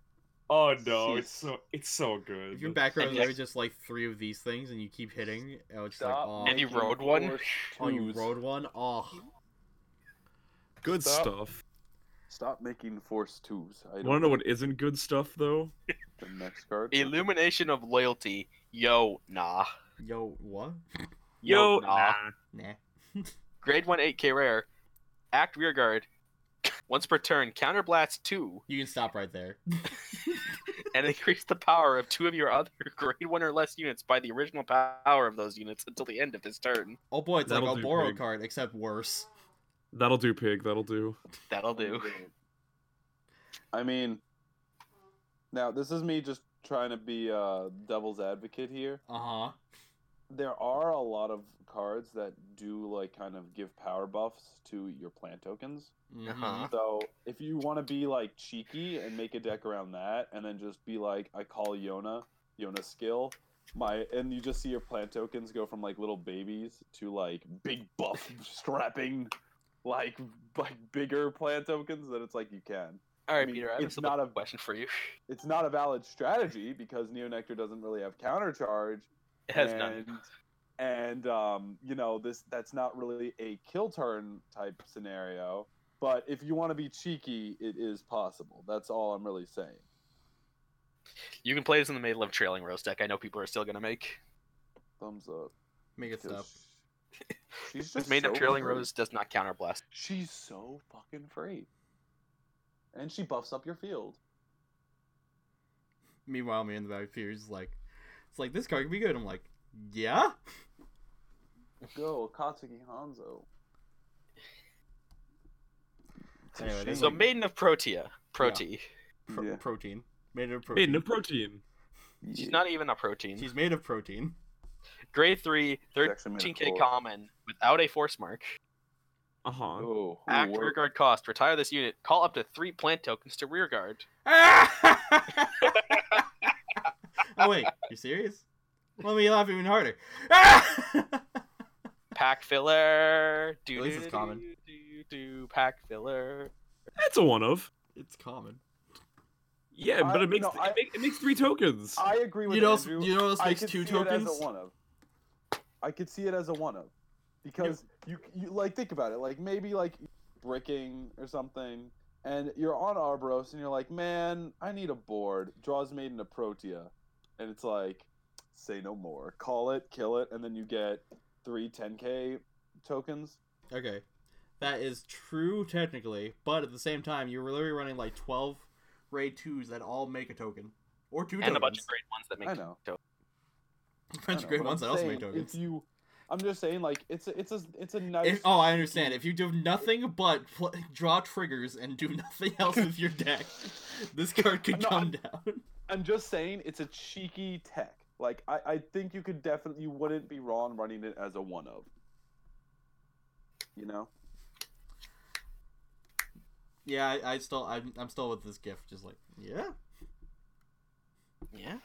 oh no, it's Jeez. so it's so good. If your background is And literally yes. just like three of these things and you keep hitting, oh, it's just like, Stop oh, And you making rode one? forced oh, you twos. rode one? Oh, good Stop. stuff. stop making force twos i Want to know what isn't good stuff though? The next card. Illumination of loyalty. Yo, nah. Yo, what? Yo, Yo, nah. nah. Nah. Grade 1 8k rare. Act rearguard. Once per turn, counterblast 2 You can stop right there. and increase the power of two of your other grade 1 or less units by the original power of those units until the end of this turn. Oh boy, it's That'll like a do, borrow Greg. card, except worse. That'll do, pig. That'll do. That'll do. I mean, now this is me just trying to be uh, devil's advocate here. Uh huh. There are a lot of cards that do like kind of give power buffs to your plant tokens. Mm-hmm. Uh-huh. So if you want to be like cheeky and make a deck around that, and then just be like, I call Yona, Yona skill, my, and you just see your plant tokens go from like little babies to like big buff strapping, like like bigger plant tokens. That it's like you can. All right, I mean, Peter, I have it's a not not a- question for you. It's not a valid strategy because Neonectar doesn't really have countercharge. It has none. And um, you know, this that's not really a kill turn type scenario. But if you want to be cheeky, it is possible. That's all I'm really saying. You can play this in the middle of trailing roast deck. I know people are still going to make. Thumbs up. Make it 'cause stop. sh- She's This just main of so trailing free. rose does not counterblast. She's so fucking free. And she buffs up your field. Meanwhile, me in the back of is like, it's like this card could be good. I'm like, yeah. Go, Katsuki Hanzo. Anyway, So Mm. Maiden of Protea, Protee. Pro- Yeah. Protein. Made of protein. Maiden of protein. She's not even a protein. She's made of protein. grade 3, She's actually made of 13k four. common without a force mark. Uh huh. Oh, who Act worked- rearguard cost. Retire this unit. Call up to three plant tokens to rearguard. oh wait, you serious? Let me laugh even harder. Pack filler. Do, At least it's do, common. Do, do, do, pack filler. That's a one of. it's common. Yeah, I- but it makes no, I- it, make, it makes three tokens. I agree with You know, Andrew. you know, this I makes could two see it as tokens. a one of. I could see it as a one of, because you you like think about it. Like maybe like bricking or something, and you're on Arbros, and you're like, man, I need a board. Draws maiden to Protea, and it's like, say no more. Call it, kill it, and then you get three 10k tokens. Okay, that is true technically, but at the same time, you're literally running like twelve raid twos that all make a token or two and tokens. a bunch of grade ones that make. I know. A bunch of I know, great but ones I'm that also make saying tokens. If you, I'm just saying, like it's a, it's a it's a nice. If, oh, I understand. If you do nothing but pl- draw triggers and do nothing else with your deck, this card could No, come down. I'm just saying it's a cheeky tech. Like I, I think you could definitely you wouldn't be wrong running it as a one of. You know? yeah, I, I still, I'm, I'm still with this gift. Just like, yeah, Yeah.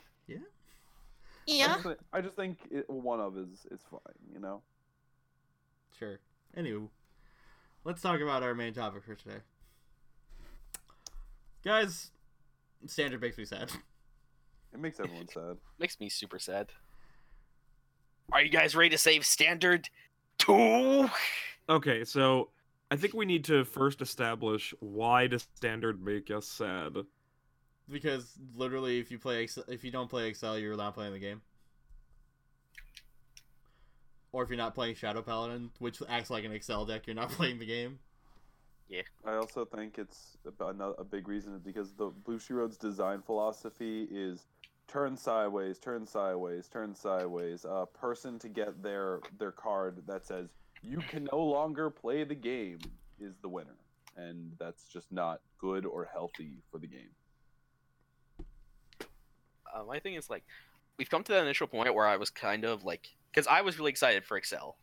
I just, thi- I just think it, one of is is fine, you know? sure. Anywho, let's talk about our main topic for today, guys. Standard makes me sad. It makes everyone sad. Makes me super sad. Are you guys ready to save standard? Two. Okay, so I think we need to first establish why does standard make us sad? Because literally, if you play Excel, if you don't play Excel, you're not playing the game. Or if you're not playing Shadow Paladin, which acts like an Excel deck, you're not playing the game. I also think it's a- ano- a big reason is because the Bushi Road's design philosophy is turn sideways, turn sideways, turn sideways. A person to get their their card that says you can no longer play the game is the winner, and that's just not good or healthy for the game. Uh, my thing is like, we've come to that initial point where I was kind of like, because I was really excited for Excel,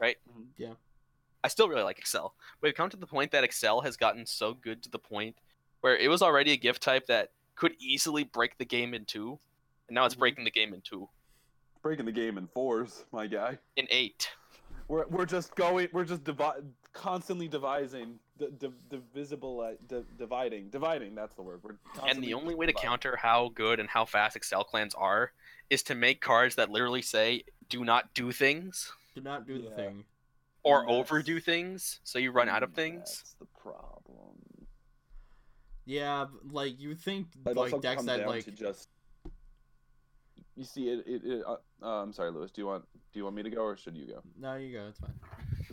right? Mhm. Mm-hmm. Yeah. I still really like Excel, but we've come to the point that Excel has gotten so good to the point where it was already a gift type that could easily break the game in two, and Mm-hmm. now it's breaking the game in two, Breaking the game in fours, my guy. in eight. We're, we're just going. We're just divi- constantly devising, d- d- divisible, uh, d- dividing, dividing. That's the word. We're And constantly the only way to dividing. counter how good and how fast Excel clans are is to make cards that literally say do not do things Do not do the Yeah. thing. or Yes. overdo things, so you run out of things. That's the problem. Yeah, b- like you would think It also like decks comes that down like to just. You see, it. it, it uh, uh, I'm sorry, Lewis. Do you want do you want me to go or should you go? no, you go. It's fine.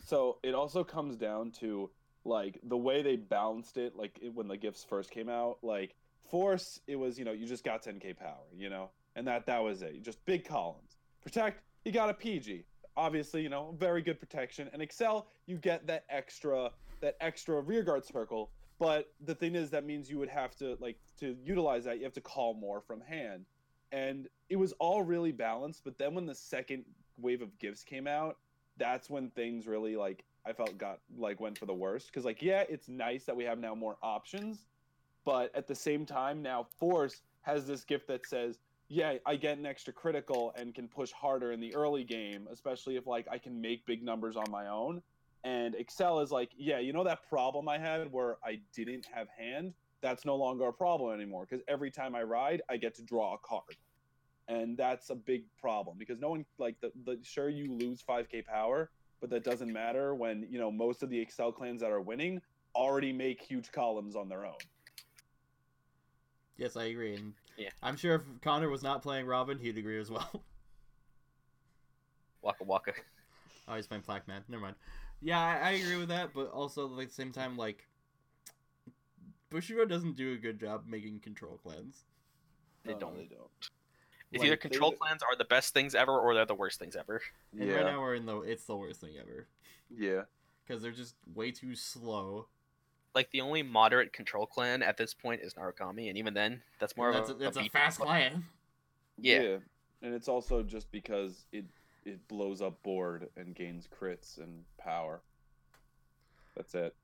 So it also comes down to like the way they balanced it. Like it, when the gifts first came out, like force, it was you know you just got 10k power, you know, and that that was it. Just big columns. Protect, you got a PG. Obviously, you know, very good protection. And excel, you get that extra that extra rearguard circle. But the thing is, that means you would have to like to utilize that. You have to call more from hand, and it was all really balanced. But then when the second wave of gifts came out, that's when things really like I felt got like went for the worst because like yeah, it's nice that we have now more options, but at the same time now Force has this gift that says yeah I get an extra critical and can push harder in the early game, especially if like I can make big numbers on my own. And Excel is like yeah, you know that problem I had where I didn't have hand. That's no longer a problem anymore because every time I ride, I get to draw a card and that's a big problem because no one like the, the sure you lose 5k power but that doesn't matter when you know most of the excel clans that are winning already make huge columns on their own Yes, I agree. And Yeah. I'm sure if Connor was not playing Robin, he'd agree as well. Waka waka. Oh, he's playing Black Man. Never mind. Yeah, I, I agree with that, but also like, at the same time, like Bushido doesn't do a good job making control clans. They No, don't. they don't It's Like, either they- control plans are the best things ever, or they're the worst things ever. And right now we're in the it's the worst thing ever yeah because they're just way too slow. Like the only moderate control clan at this point is Narukami, and even then, that's more And of That's a, a, that's a beat- fast clan. Yeah. and it's also just because it it blows up board and gains crits and power that's it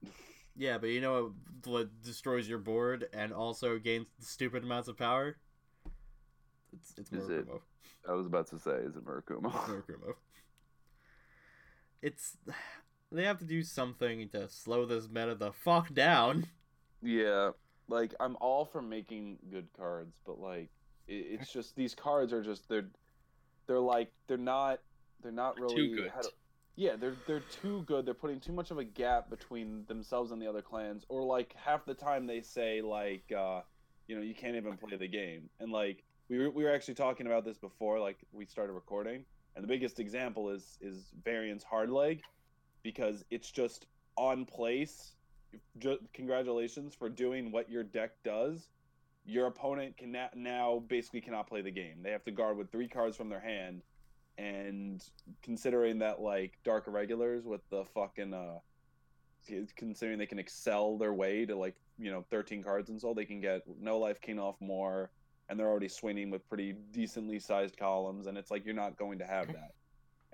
Yeah, but you know what, what destroys your board and also gains stupid amounts of power? It's it's Is it- Murakumo. i was about to say is it murakumo It's Murakumo. It's they have to do something to slow this meta the fuck down. Yeah, like I'm all for making good cards, but like it, it's just these cards are just they're they're like they're not they're not Too really good. how to- yeah they're they're too good. They're putting too much of a gap between themselves and the other clans, or like half the time they say like uh, you know you can't even play the game, and like we were, we were actually talking about this before like we started recording, and the biggest example is is Varian's hard leg because it's just on place ju- congratulations for doing what your deck does. Your opponent can na- now basically cannot play the game. They have to guard with three cards from their hand, and considering that like dark irregulars with the fucking uh, considering they can excel their way to like you know thirteen cards and so they can get no life king off more, and they're already swinging with pretty decently sized columns, and it's like you're not going to have that.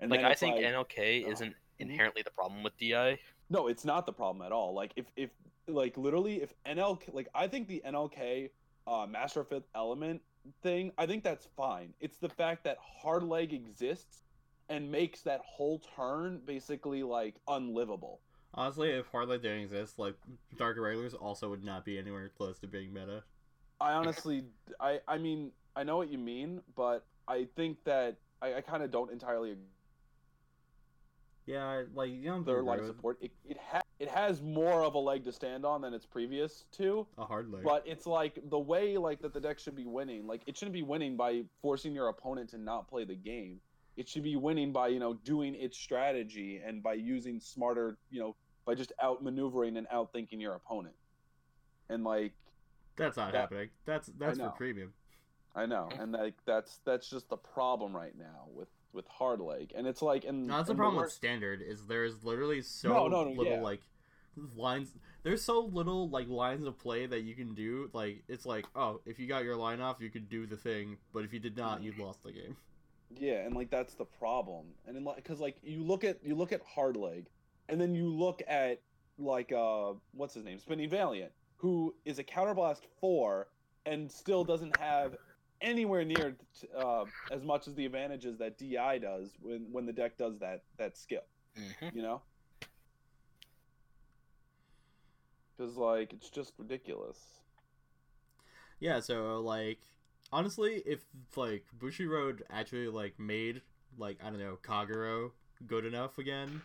And Like then I it's think like- NLK oh. isn't Mm-hmm. inherently the problem with DI. no, it's not the problem at all. Like if if like literally if NLK like I think the NLK uh, Master of Fifth Element thing, I think that's fine. It's the fact that hard leg exists and makes that whole turn basically like unlivable. Honestly, if Hardlight didn't exist, like Dark Irregulars also would not be anywhere close to being meta. I honestly, I, I mean, I know what you mean, but I think that I, I kind of don't entirely agree. Yeah, like you know with their the life road, support. It it, ha- it has more of a leg to stand on than its previous two. a Hardlight. But it's like the way like that the deck should be winning. Like it shouldn't be winning by forcing your opponent to not play the game. It should be winning by you know doing its strategy and by using smarter you know by just outmaneuvering and outthinking your opponent. And like that's not that- happening. That's that's for know. premium. I know, and like that's that's just the problem right now with with hard leg. And it's like and No, that's the Mm, and problem with worst- standard is there is literally so No, no, no, little yeah. like lines. There's so little like lines of play that you can do. Like it's like oh, if you got your line off, you could do the thing, but if you did not, Mm. you lost the game. Yeah, and like that's the problem. And then like cuz like you look at you look at hard leg and then you look at like uh what's his name? Spinning Valiant, who is a counterblast 4 and still doesn't have anywhere near t- uh, as much as the advantages that DI does when when the deck does that that skill, Mm-hmm. you know? Cuz like it's just ridiculous. Yeah, so like honestly, if like Bushi Road actually like made like I don't know Kaguro good enough again,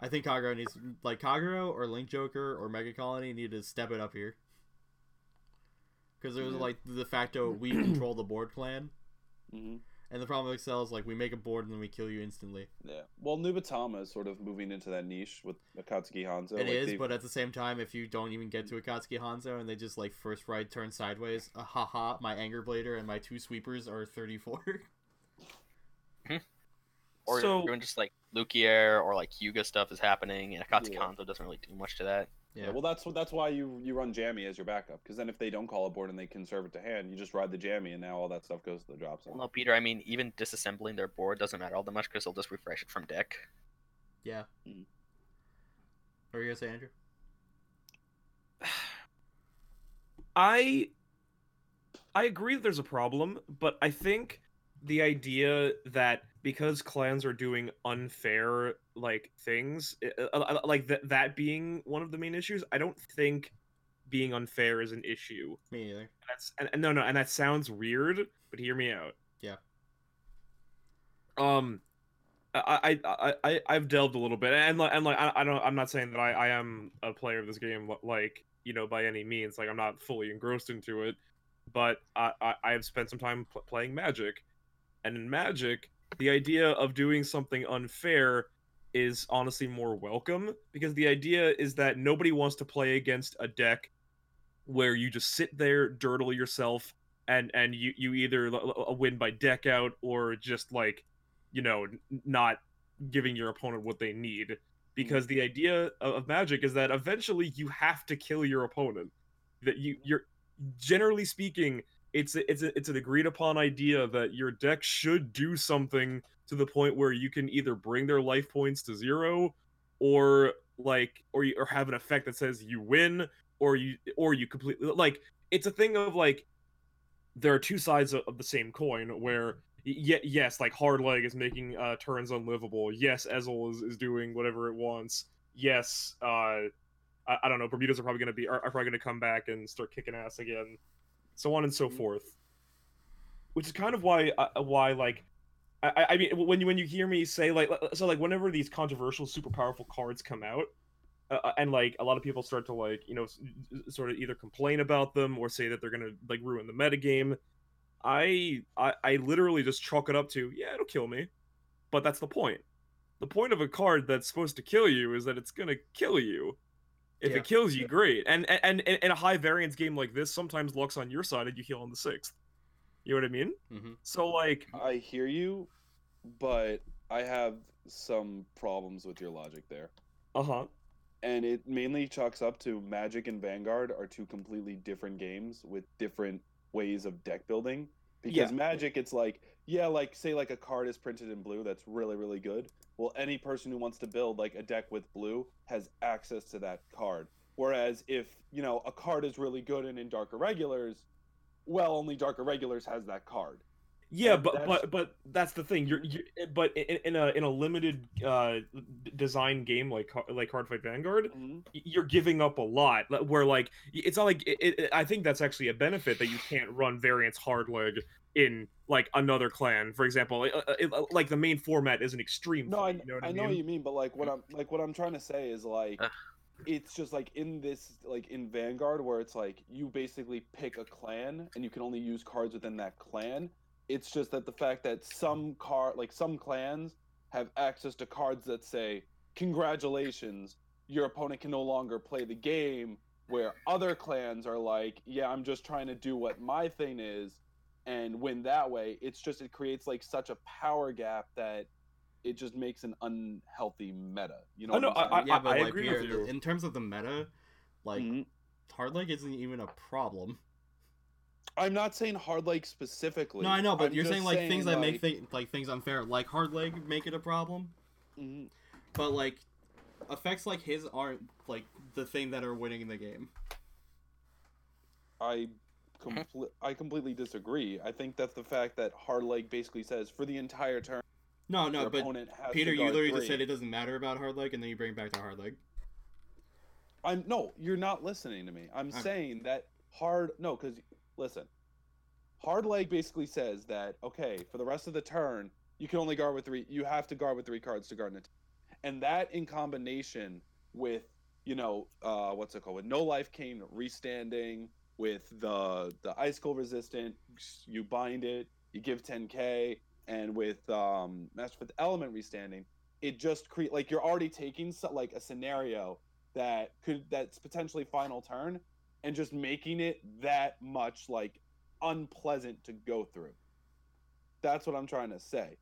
I think Kaguro needs like Kaguro or Link Joker or Mega Colony need to step it up here. because it was Yeah. like the de facto we control the board plan. hmm And the problem with Excel is like we make a board and then we kill you instantly. Yeah. Well, Nubatama is sort of moving into that niche with Akatsuki Hanzo. It is, they- but at the same time, if you don't even get to Akatsuki Hanzo and they just like first ride turn sideways, uh, haha, my anger blader and my two sweepers are 34. Or So- doing just like Lukier or like Yuga stuff is happening, and Akatsuki Yeah. Hanzo doesn't really do much to that. Yeah, well, that's that's why you you run Jammy as your backup because then if they don't call a board and they conserve it to hand, you just ride the Jammy and now all that stuff goes to the drop Well, zone. no, Peter, I mean, even disassembling their board doesn't matter all that much because they'll just refresh it from deck. yeah. Mm. What are you gonna say, Andrew? I I agree that there's a problem, but I think the idea that because clans are doing unfair like things, i- uh, uh, like that that being one of the main issues, I don't think being unfair is an issue. Me either. And that's and, and no no, and that sounds weird, but hear me out. Yeah. Um, I I I- I I've delved a little bit, and like and like I, I don't I'm not saying that I I am a player of this game li- like you know by any means like I'm not fully engrossed into it, but I I, I have spent some time pl- playing Magic, and in Magic the idea of doing something unfair is honestly more welcome because the idea is that nobody wants to play against a deck where you just sit there dirtle yourself and and you you either l- l- win by deck out or just like you know n- not giving your opponent what they need because the idea of, of magic is that eventually you have to kill your opponent that you you're generally speaking it's a, it's a, it's an agreed upon idea that your deck should do something to the point where you can either bring their life points to zero or like or you, or have an effect that says you win or you or you completely like it's a thing of like there are two sides of, of the same coin where y- yes like hard leg is making uh turns unlivable yes Ezreal is, is doing whatever it wants yes uh I, I don't know bermudas are probably gonna be are, are probably gonna come back and start kicking ass again so on and so Mhm. forth which is kind of why uh, why like I- I, I mean when you when you hear me say like so like whenever these controversial super powerful cards come out uh, and like a lot of people start to like you know s- s- sort of either complain about them or say that they're gonna like ruin the metagame I, I i literally just chalk it up to yeah it'll kill me but that's the point the point of a card that's supposed to kill you is that it's gonna kill you if Yeah. it kills you great and and, and in a high variance game like this sometimes luck's on your side and you heal on the sixth you know what i mean Mm-hmm. so like I hear you, but I have some problems with your logic there. uh-huh and it mainly chalks up to Magic and Vanguard are two completely different games with different ways of deck building. Because Yeah. Magic, it's like, yeah, like say like a card is printed in blue that's really really good. Well, any person who wants to build like a deck with blue has access to that card. Whereas if you know a card is really good and in Dark Irregulars, well, only Dark Irregulars has that card. Yeah, And but that's- but but that's the thing. You're, you but in, in a in a limited uh, d- design game like Ca- like Hardfight Vanguard, y- you're giving up a lot. like, Where like y- it's not like it, it, I think that's actually a benefit that you can't run variants hard leg in like another clan, for example. uh, uh, it- like the main format is an extreme. No, I, thing, you know what I, I, know mean? what you mean, but like what I'm like what I'm trying to say is like Ugh. it's just like in this like in Vanguard where it's like you basically pick a clan and you can only use cards within that clan. It's just that the fact that some car like some clans have access to cards that say congratulations, your opponent can no longer play the game where other clans are like, yeah, I'm just trying to do what my thing is and win that way. It's just it creates like such a power gap that it just makes an unhealthy meta. You know? Oh, no, what I'm saying? I- yeah, but I like agree we with are- you. in terms of the meta, like Mhm. hard leg isn't even a problem. I'm not saying hard like specifically. No, I know, but I'm you're just saying like things that make like- thi- like things unfair, like hard leg, make it a problem. Mhm. But like effects like his aren't like the thing that are winning the game. mm-hmm, I comple- I completely disagree. I think that the fact that hard like basically says for the entire turn No, no, your but opponent has Peter, to you guard literally three. just said it doesn't matter about hard leg, and then you bring it back to hard leg. I'm no, you're not listening to me. I'm I'm- saying that hard no, because listen, hard leg basically says that okay, for the rest of the turn, you can only guard with three. You have to guard with three cards to guard an attack, and that in combination with you know uh, what's it called with no life cane restanding, with the the ice cold resistant. You bind it, you give 10k, and with um master with element restanding, it just create like you're already taking so, like a scenario that could that's potentially final turn, and just making it that much like unpleasant to go through. That's what I'm trying to say.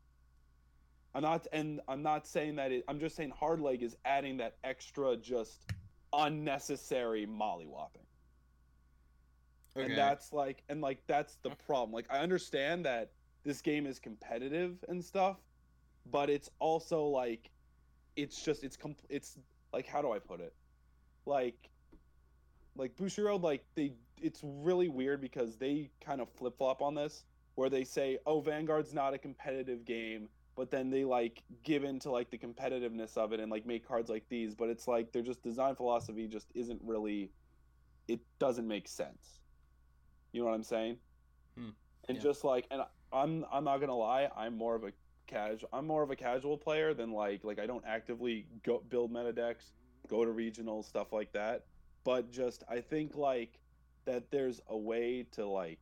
I'm not, and I'm not saying that it. I'm just saying hard leg is adding that extra, just unnecessary mollywhopping and that's like and like that's the problem like i understand that this game is competitive and stuff but it's also like it's just it's com it's like how do i put it like like Bushiroad, like they it's really weird because they kind of flip-flop on this where they say oh vanguard's not a competitive game but then they like give into like the competitiveness of it and like make cards like these but it's like their just design philosophy just isn't really it doesn't make sense you know what I'm saying? Hmm. And Yeah. just like, and I'm I'm not gonna lie, I'm more of a casual I'm more of a casual player than like like I don't actively go build meta decks, go to regionals stuff like that. But just I think like that there's a way to like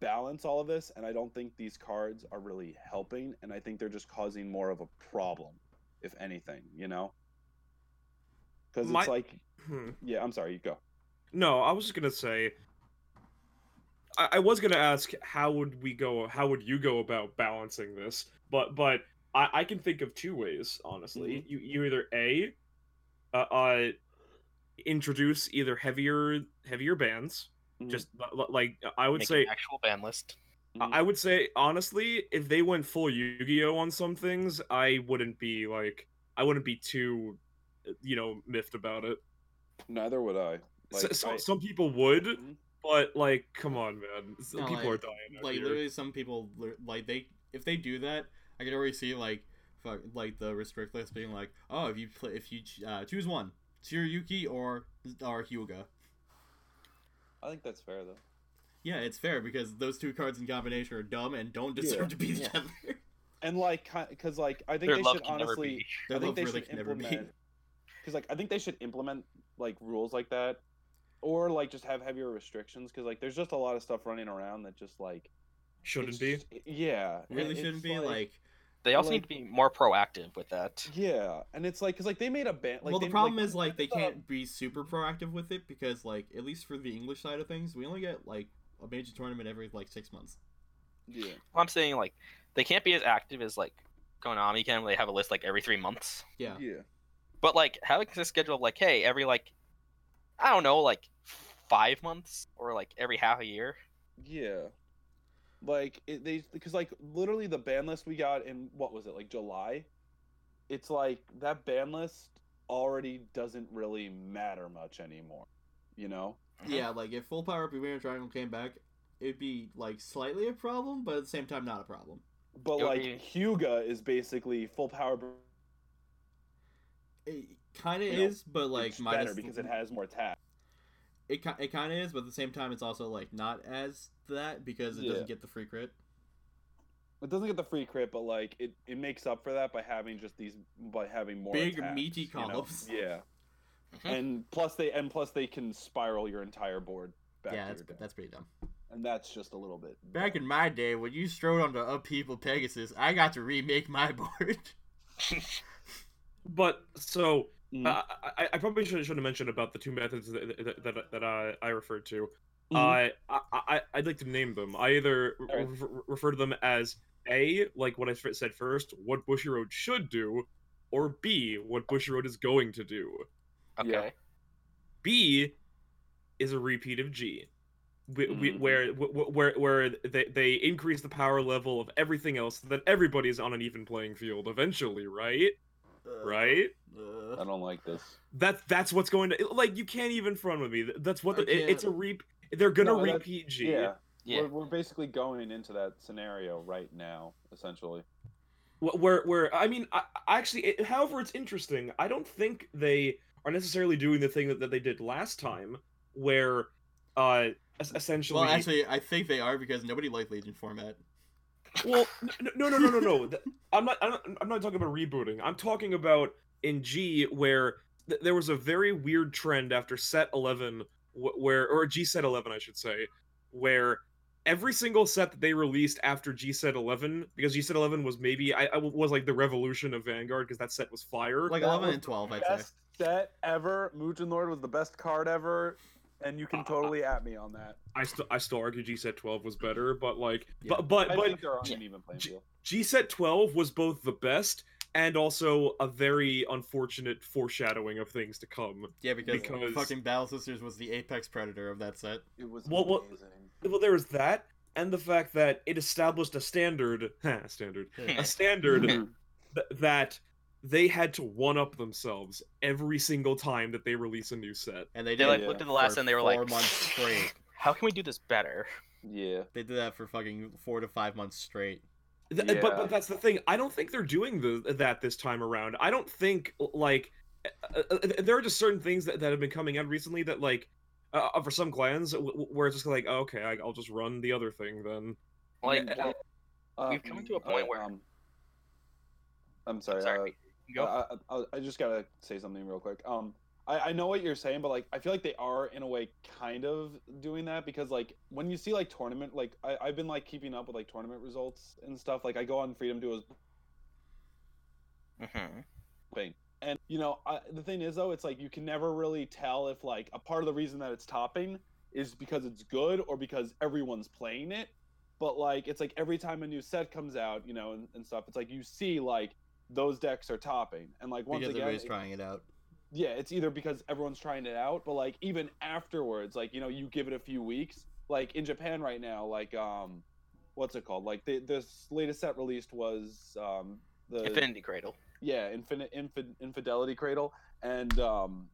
balance all of this, and I don't think these cards are really helping, and I think they're just causing more of a problem, if anything, you know. Because My- it's like, Hmm. yeah, I'm sorry, you go. No, I was just gonna say. I, I was gonna ask how would we go? How would you go about balancing this? But but I, I can think of two ways, honestly. Mm-hmm. You you either a, uh, uh introduce either heavier heavier bands. Mhm. Just li- li- like I would Make say, an actual ban list. Mhm. I I would say honestly, if they went full Yu-Gi-Oh on some things, I wouldn't be like I wouldn't be too, you know, miffed about it. Neither would I. S- Like, some, I- some people would, Mhm. but like, come on, man, S- No, people like- are dying. Out like here. literally some people li- like they if they do that i could already see like fuck, like the restrict list being like oh if you play if you ch- uh, choose one Yuki or or hyuga I think that's fair though. yeah it's fair because those two cards in combination are dumb and don't deserve Yeah. to be Yeah. together and like because like i think Their they love should can never honestly be. their I think love they really should can never be implement because like i think they should implement like rules like that or like just have heavier restrictions because like there's just a lot of stuff running around that just like shouldn't be. it's- yeah and really shouldn't it's be like They also like- need to be more proactive with that. yeah and it's like because like they made a ban like well, the they- problem is like they the- can't be super proactive with it because like at least for the English side of things, we only get like a major tournament every like six months. yeah I'm saying like they can't be as active as like Konami can. Where they have a list like every three months. Yeah, yeah But like having a schedule of like, hey, every like, I don't know, like five months or like every half a year. yeah like it, they because like literally the ban list we got in what was it like july it's like that ban list already doesn't really matter much anymore you know yeah. Like if full power Boomerang Triangle came back, it'd be like slightly a problem, but at the same time not a problem. But It would like be- Hyuga is basically full power. br- It kind of You know, is, but like it's minus better because it has more attack. it, ki- it kind of is, but at the same time it's also like not as that because it Yeah. doesn't get the free crit. It doesn't get the free crit, but like it, it makes up for that by having just these by having more Big, attacks, meaty you know? columns. Yeah, Mhm. and plus they and plus they can spiral your entire board back. yeah, to that's your deck. that's pretty dumb. and that's just a little bit. Back in my day, when you strode onto Upheaval Pegasus, I got to remake my board. But so Mhm. uh, I, I- I probably should, should have mentioned about the two methods that that, that, that I, I referred to. Mhm. Uh, I, I I'd like to name them. I either re- Alright. refer, refer to them as a like what I f- said first, what Bushiroad should do, or b what Bushiroad is going to do. Okay. Yeah. B is a repeat of G, we, we, Mm-hmm. Mhm. where wh- wh- where where they, they increase the power level of everything else so that everybody's on an even playing field eventually, right? Uh, Right? uh. I don't like this. That's that's what's going to like. You can't even front with me. Th- That's what I the, it- it's a can't. reap. They're gonna No, that- repeat G. Yeah, Yeah. We're, we're basically going into that scenario right now, essentially. Wh- where where I mean, I, I actually, it, however, it's interesting. I don't think they are necessarily doing the thing that, that they did last time, where uh es- essentially Well, actually, I think they are because nobody liked Legion format. Well, n- no, no, no, no, no. Th- I'm not. I'm not, I'm not talking about rebooting. I'm talking about in G where th- there was a very weird trend after set eleven wh- where or G set 11 I should say, where every single set that they released after G set 11 because G set 11 was maybe I, I was like the revolution of Vanguard because that set was fire. Like That 11 was and 12, I'd say. Best set ever. Mugen Lord was the best card ever, and you can totally at me on that. I still I still argue G set 12 was better, but like Yeah. but but I but think they're on an even playing J- field. G set 12 was both the best and also a very unfortunate foreshadowing of things to come. Yeah, because, Because- fucking Battle Sisters was the apex predator of that set. It was Well, well- amazing. Well, there was that, and the fact that it established a standard, standard, a standard th- that they had to one up themselves every single time that they release a new set. And they They did like it looked at the for last and they were like, four months straight. "How can we do this better?" Mm-hmm. Yeah. They did that for fucking four to five months straight. Th- uh, But Yeah. but that's the thing. I don't think they're doing the, that this time around. I don't think l- like uh, uh, uh, there are just certain things that, that have been coming out recently that like uh, uh, for some clans w- w- where it's just like oh, okay, I, I'll just run the other thing then. Like, Yeah, uh, we've come um, to a uh, point where- um, I'm sorry. sorry, uh, you go. I, I, I- I just gotta say something real quick. Um, I, I know what you're saying, but like I feel like they are in a way kind of doing that because like when you see like tournament, like I, I've been like keeping up with like tournament results and stuff. Like I go on Freedom Duos Mhm. thing. And you know, I, the thing is though, it's like you can never really tell if like a part of the reason that it's topping is because it's good or because everyone's playing it. But like, it's like every time a new set comes out, you know, and, and stuff, it's like you see like those decks are topping, and like once because again, everybody's it- trying it out. yeah, it's either because everyone's trying it out, but like even afterwards, like you know, you give it a few weeks. Like in Japan right now, like um, what's it called? Like the, this latest set released was um the Infinity Cradle. yeah infinite infin- infidelity cradle and um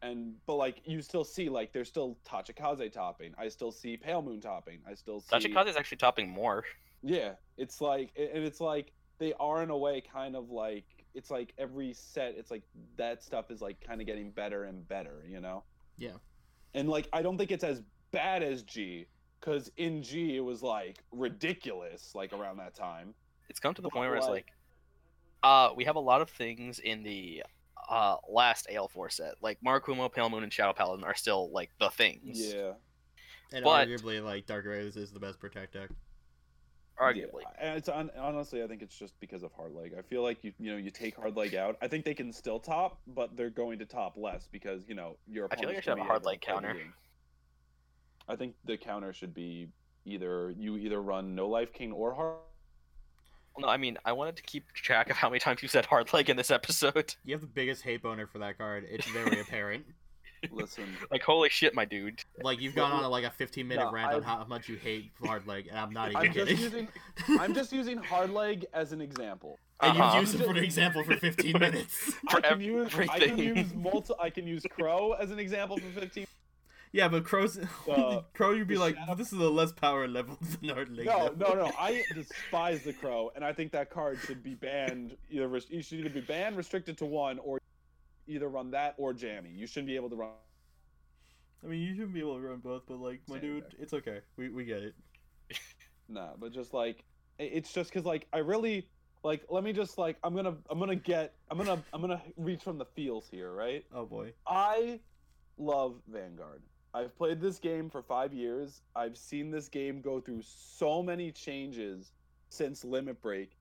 and but like you still see like there's still tachikaze topping i still see pale moon topping i still see Tachikaze is actually topping more. yeah it's like a- and it's like they are in a way kind of like it's like every set it's like that stuff is like kind of getting better and better you know Yeah. and like i don't think it's as bad as g because in g it was like ridiculous like around that time It's come to the But, point where it's like- like, uh, we have a lot of things in the uh last AL4 set. Like Markumo, Pale Moon, and Shadow Paladin are still like the things. yeah And But- arguably, like, Dark Raiders is the best protect deck. Arguably. Yeah, and it's on, honestly, I think it's just because of hard leg. I feel like you, you know, you take hard leg out. I think they can still top, but they're going to top less because you know your. I feel like opponent's I should have a gonna be hard able to leg play the counter. game. I think the counter should be either you either run no life king or hard. No, I mean I wanted to keep track of how many times you said hard leg in this episode. You have the biggest hate boner for that card. It's very apparent. Listen, Like holy shit, my dude. Like, you've gone on a, like a 15 minute No, rant on I- how much you hate hard leg, and I'm not even I'm just kidding. using I'm just using hard leg as an example. and Uh-huh. you've used it for an example for 15 minutes. For I can use I can everything. use multi. I can use crow as an example for 15 Yeah, but Crow's, Uh, Crow, you'd be the like, shadow- this is a less power level than hard leg. No, level." no, no. I despise the crow, and I think that card should be banned. Either res- you should either be banned, restricted to one, or either run that or jammy. You shouldn't be able to run. I mean, you shouldn't be able to run both, but like, my Same dude, deck. it's okay. We, we get it. Nah, but just like i- it's just because like I really like. Let me just like I'm gonna I'm gonna get I'm gonna I'm gonna reach from the feels here, right? Oh boy. I love Vanguard. I've played this game for five years. I've seen this game go through so many changes since Limit Break.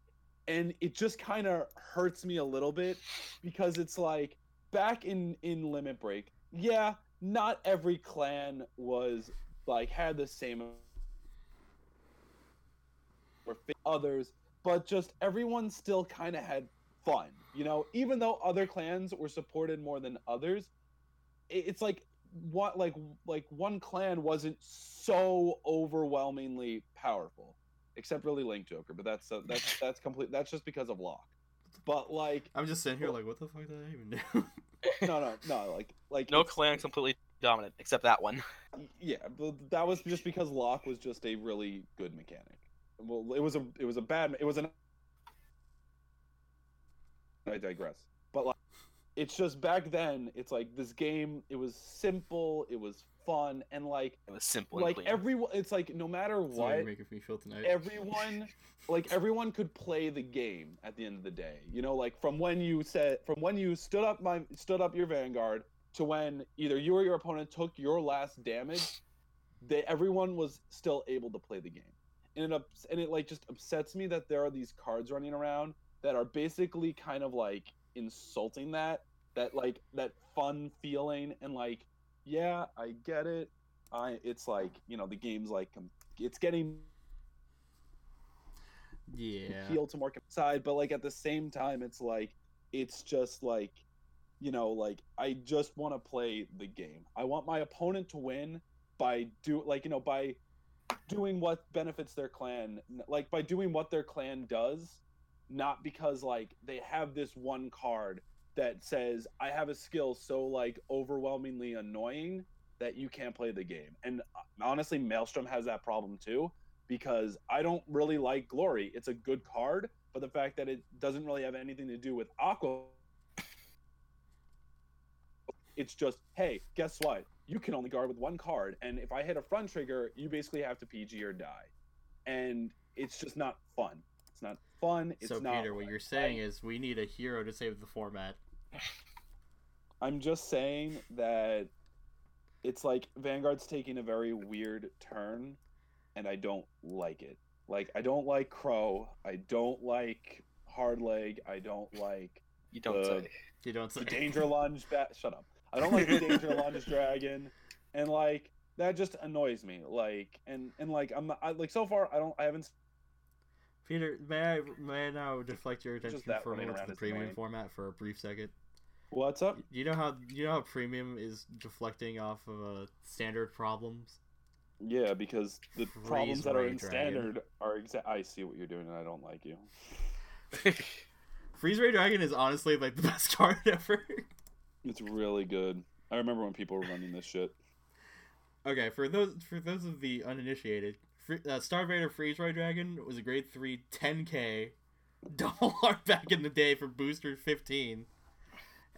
And it just kind of hurts me a little bit because it's like back in, in Limit Break, yeah, not every clan was like had the same or fa- others, but just everyone still kind of had fun. You know, even though other clans were supported more than others, i- it's like what like like one clan wasn't so overwhelmingly powerful, except really Link Joker. But that's uh, that's that's complete. That's just because of Locke. But like, I'm just sitting here like, what the fuck did I even do? no, no, no. Like, like No it's- clan completely dominant except that one. Yeah, but that was just because Locke was just a really good mechanic. Well, it was a it was a bad it was an. I digress, but like, it's just back then. It's like this game. It was simple. It was fun, and like It was simple like and clean. everyone. It's like no matter Sorry, what, you're making me feel tonight. everyone like everyone could play the game at the end of the day you know like from when you said from when you stood up my stood up your vanguard to when either you or your opponent took your last damage, they everyone was still able to play the game. And it ups, and it like just upsets me that there are these cards running around that are basically kind of like insulting that that like that fun feeling and like yeah, I get it. I it's like, you know, the game's like com- it's getting Yeah. appeal to more com- side, but like at the same time, it's like it's just like you know, like I just want to play the game. I want my opponent to win by do like you know by doing what benefits their clan, like by doing what their clan does, not because like they have this one card that says I have a skill so like overwhelmingly annoying that you can't play the game. And uh, honestly, Maelstrom has that problem too because I don't really like Glory. It's a good card, but the fact that it doesn't really have anything to do with Aqua, it's just hey, guess what? You can only guard with one card, and if I hit a front trigger, you basically have to PG or die, and it's just not fun. It's not fun. It's so not. Peter, what you're saying is we need a hero to save the format. I'm just saying that it's like Vanguard's taking a very weird turn, and I don't like it. Like I don't like Crow. I don't like Hardleg. I don't like You don't Uh, say. You don't say the Danger Lunge. Ba- Shut up. I don't like the Danger Lunge Dragon, and like that just annoys me. Like and and like I'm not, I, like so far I don't I haven't Peter, may I may I now deflect your attention that for a running moment to around the is premium annoying. format for a brief second? what's up. You know how you know how premium is deflecting off of uh, standard problems. Yeah, because the Freeze problems that are Ray in Dragon. standard are exa- I see what you're doing, and I don't like you. Freeze Ray Dragon is honestly like the best card ever. It's really good. I remember when people were running this shit. okay, for those for those of the uninitiated, Fre- uh, Star Vader Freeze Ray Dragon was a grade 3 10k double art back in the day for booster 15.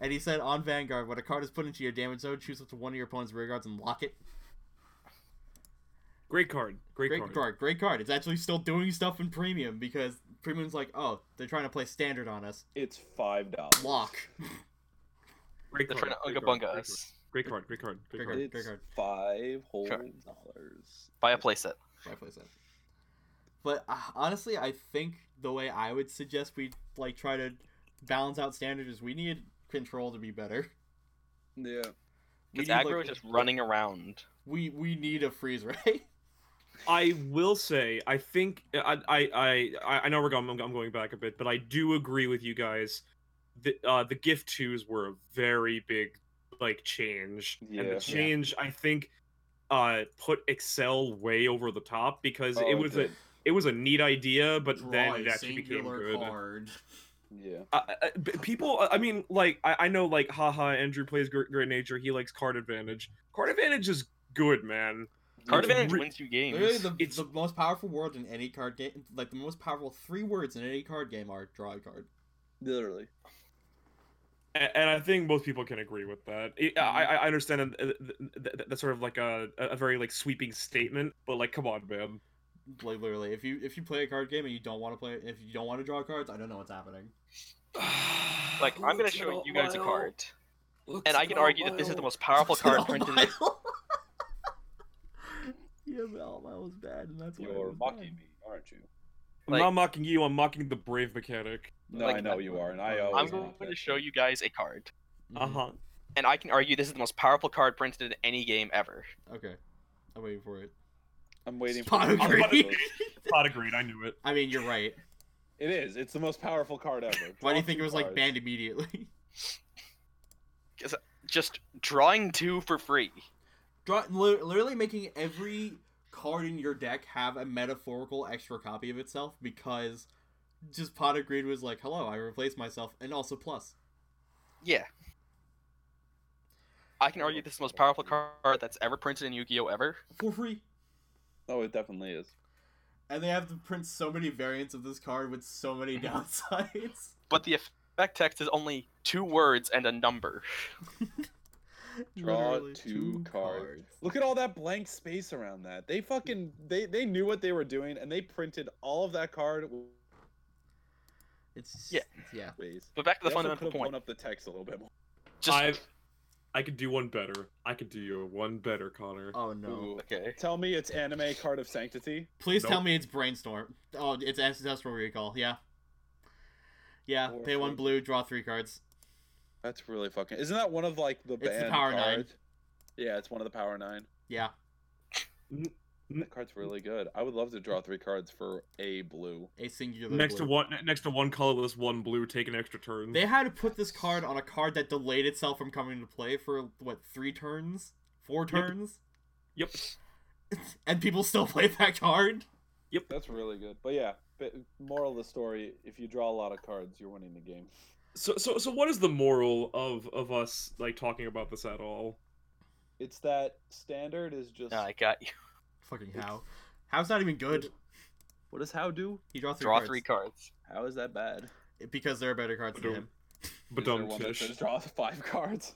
And he said on Vanguard, when a card is put into your damage zone, choose up to one of your opponent's rear guards and lock it. Great card. Great, Great card. card. great card. It's actually still doing stuff in premium because premium's like, oh, they're trying to play standard on us. It's five dollars. Lock. Great They're card. trying to great unga bunga card, great card, us. Great card. Great card. Great Great card. It's great card. five whole Sure. dollars. Buy a playset. My place at. But uh, honestly, I think the way I would suggest we like try to balance out standard is we need control to be better. Yeah. We Because need, aggro like, is just running around. We we need a freeze ray. I will say, I think uh, I I I, I- I know we're going. I'm, I'm going back a bit, but I do agree with you guys. The uh, the gift twos were a very big like change, and Yeah. Yeah. the change I think uh put Excel way over the top because Oh, it was a it was a neat idea, but then it actually became good. card. yeah. Uh, uh, b- people, I- I mean, like I, I know, like haha, Andrew plays great, great nature. He likes card advantage. Card advantage is good, man. Card It's advantage re- wins you games. Literally, the, It's- the most powerful word in any card game, like the most powerful three words in any card game are draw a card. Literally. A- and I think most people can agree with that. It- I, Mm-hmm. I I understand that- uh, that- that- that's sort of like a, a very like sweeping statement, but like, come on, man. Like literally, if you if you play a card game and you don't want to play, if you don't want to draw cards, I don't know what's happening. Like, I'm going to show you guys a card. And I can argue that this is the most powerful Oh card printed in yeah, but Almile was bad, and that's why it You're was mocking bad. me, aren't you? I'm like- not mocking you. I'm mocking the brave mechanic. No, Like I know you are, and I'm I I'm always. going mock to that show shit. you guys a card. Mhm. Uh huh. And I can argue this is the most powerful card printed in any game ever. Okay, I'm waiting for it. I'm waiting Spot for. on the- green. Pot agreed. I knew it. I mean, you're right. It is. It's the most powerful card ever. Why do you Draw think it two was like cards. banned immediately? Just drawing two for free. Draw, li- literally making every card in your deck have a metaphorical extra copy of itself because just Pot of Greed was like, "Hello, I replaced myself," and also plus. Yeah. I can argue this is the most powerful card that's ever printed in Yu-Gi-Oh! ever. for free. Oh, it definitely is. And they have to print so many variants of this card with so many downsides. But the effect text is only two words and a number. Draw two cards. Look at all that blank space around that. They fucking they they knew what they were doing, and they printed all of that card with It's Yeah. yeah. space. But back to the They also fundamental could've blown point. up the text a little bit more. Just I've I could do one better. I could do you one better, Connor. Oh no. Ooh. Okay. Tell me it's anime card of sanctity. Please tell Nope. me it's brainstorm. Oh, it's ancestral recall. Yeah. Yeah. Or Pay one food. blue, draw three cards. That's really fucking. Isn't that one of like the It's the banned Power Nine. cards? Yeah, it's one of the power nine. Yeah. That card's really good. I would love to draw three cards for a blue. A singular. next blue. to one, next to one colorless, one blue. Take an extra turn. They had to put this card on a card that delayed itself from coming to play for what three turns, four turns, Yep. and people still played that card. That's really good. But yeah, but moral of the story: if you draw a lot of cards, you're winning the game. So, so, so, what is the moral of of us like talking about this at all? It's that standard is just. No, I got you. Fucking how? How's not even good? What does how do? He draw three Draw cards three cards. How is that bad? because there are better cards than him. But Is there dumb one that fish. says draw five cards.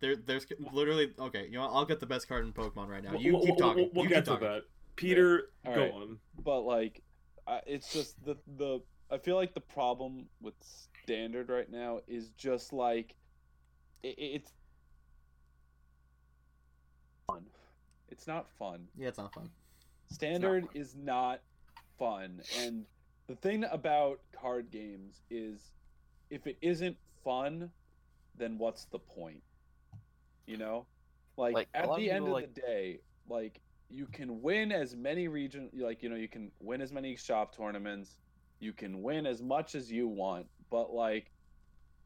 There, there's literally okay. You know, what, I'll get the best card in Pokemon right now. We'll- You we'll- keep we'll- talking. We'll, we'll you get keep to talking. that. Peter, All go right. on. But like, I, it's just the the. I feel like the problem with standard right now is just like, it, it's fun. It's not fun. Yeah, it's not fun. Standard is not fun. And the thing about card games is if it isn't fun, then what's the point? You know? Like, Like, a at lot of the end people, of the day, like you can win as many region like you know, you can win as many shop tournaments, you can win as much as you want, but like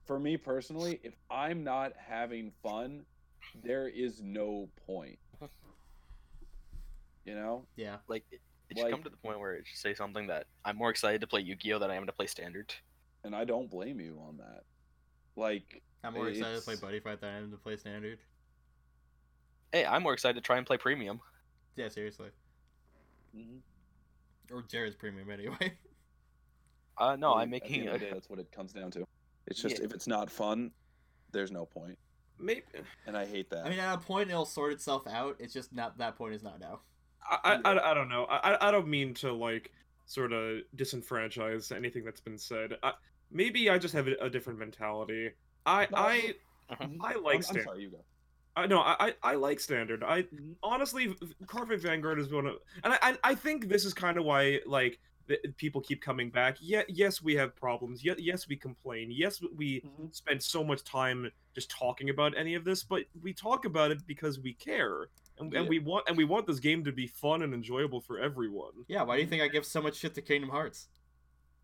for me personally, if I'm not having fun, there is no point. You know? Yeah. Like it, it should Like- come to the point where it should say something that I'm more excited to play Yu-Gi-Oh than I am to play Standard. and I don't blame you on that. Like, I'm more excited to play It's- Buddy Fight than I am to play Standard. Hey, I'm more excited to try and play Premium. Yeah, seriously. Or Jared's premium anyway. Uh, no, at I'm the end making of the a, day, that's what it comes down to. It's just Yeah. if it's not fun, there's no point, Maybe and I hate that. I mean, at a point it'll sort itself out. It's just not that point is not now. I, I, I, I don't know. I, I- I don't mean to like sort of disenfranchise anything that's been said. I, maybe I just have a, a different mentality. I, No, I, Mhm. I I'm, like I'm standard. sorry, you go. I no, I, I I like standard. I honestly, v- Carpet Vanguard is one of, and I, I, I think this is kind of why like the, people keep coming back. Yeah, yes, we have problems. Yeah, yes, we complain. Yes, we spend so much time just talking about any of this, but we talk about it because we care. And, and Yeah. we want and we want this game to be fun and enjoyable for everyone. Yeah, why do you think I give so much shit to Kingdom Hearts?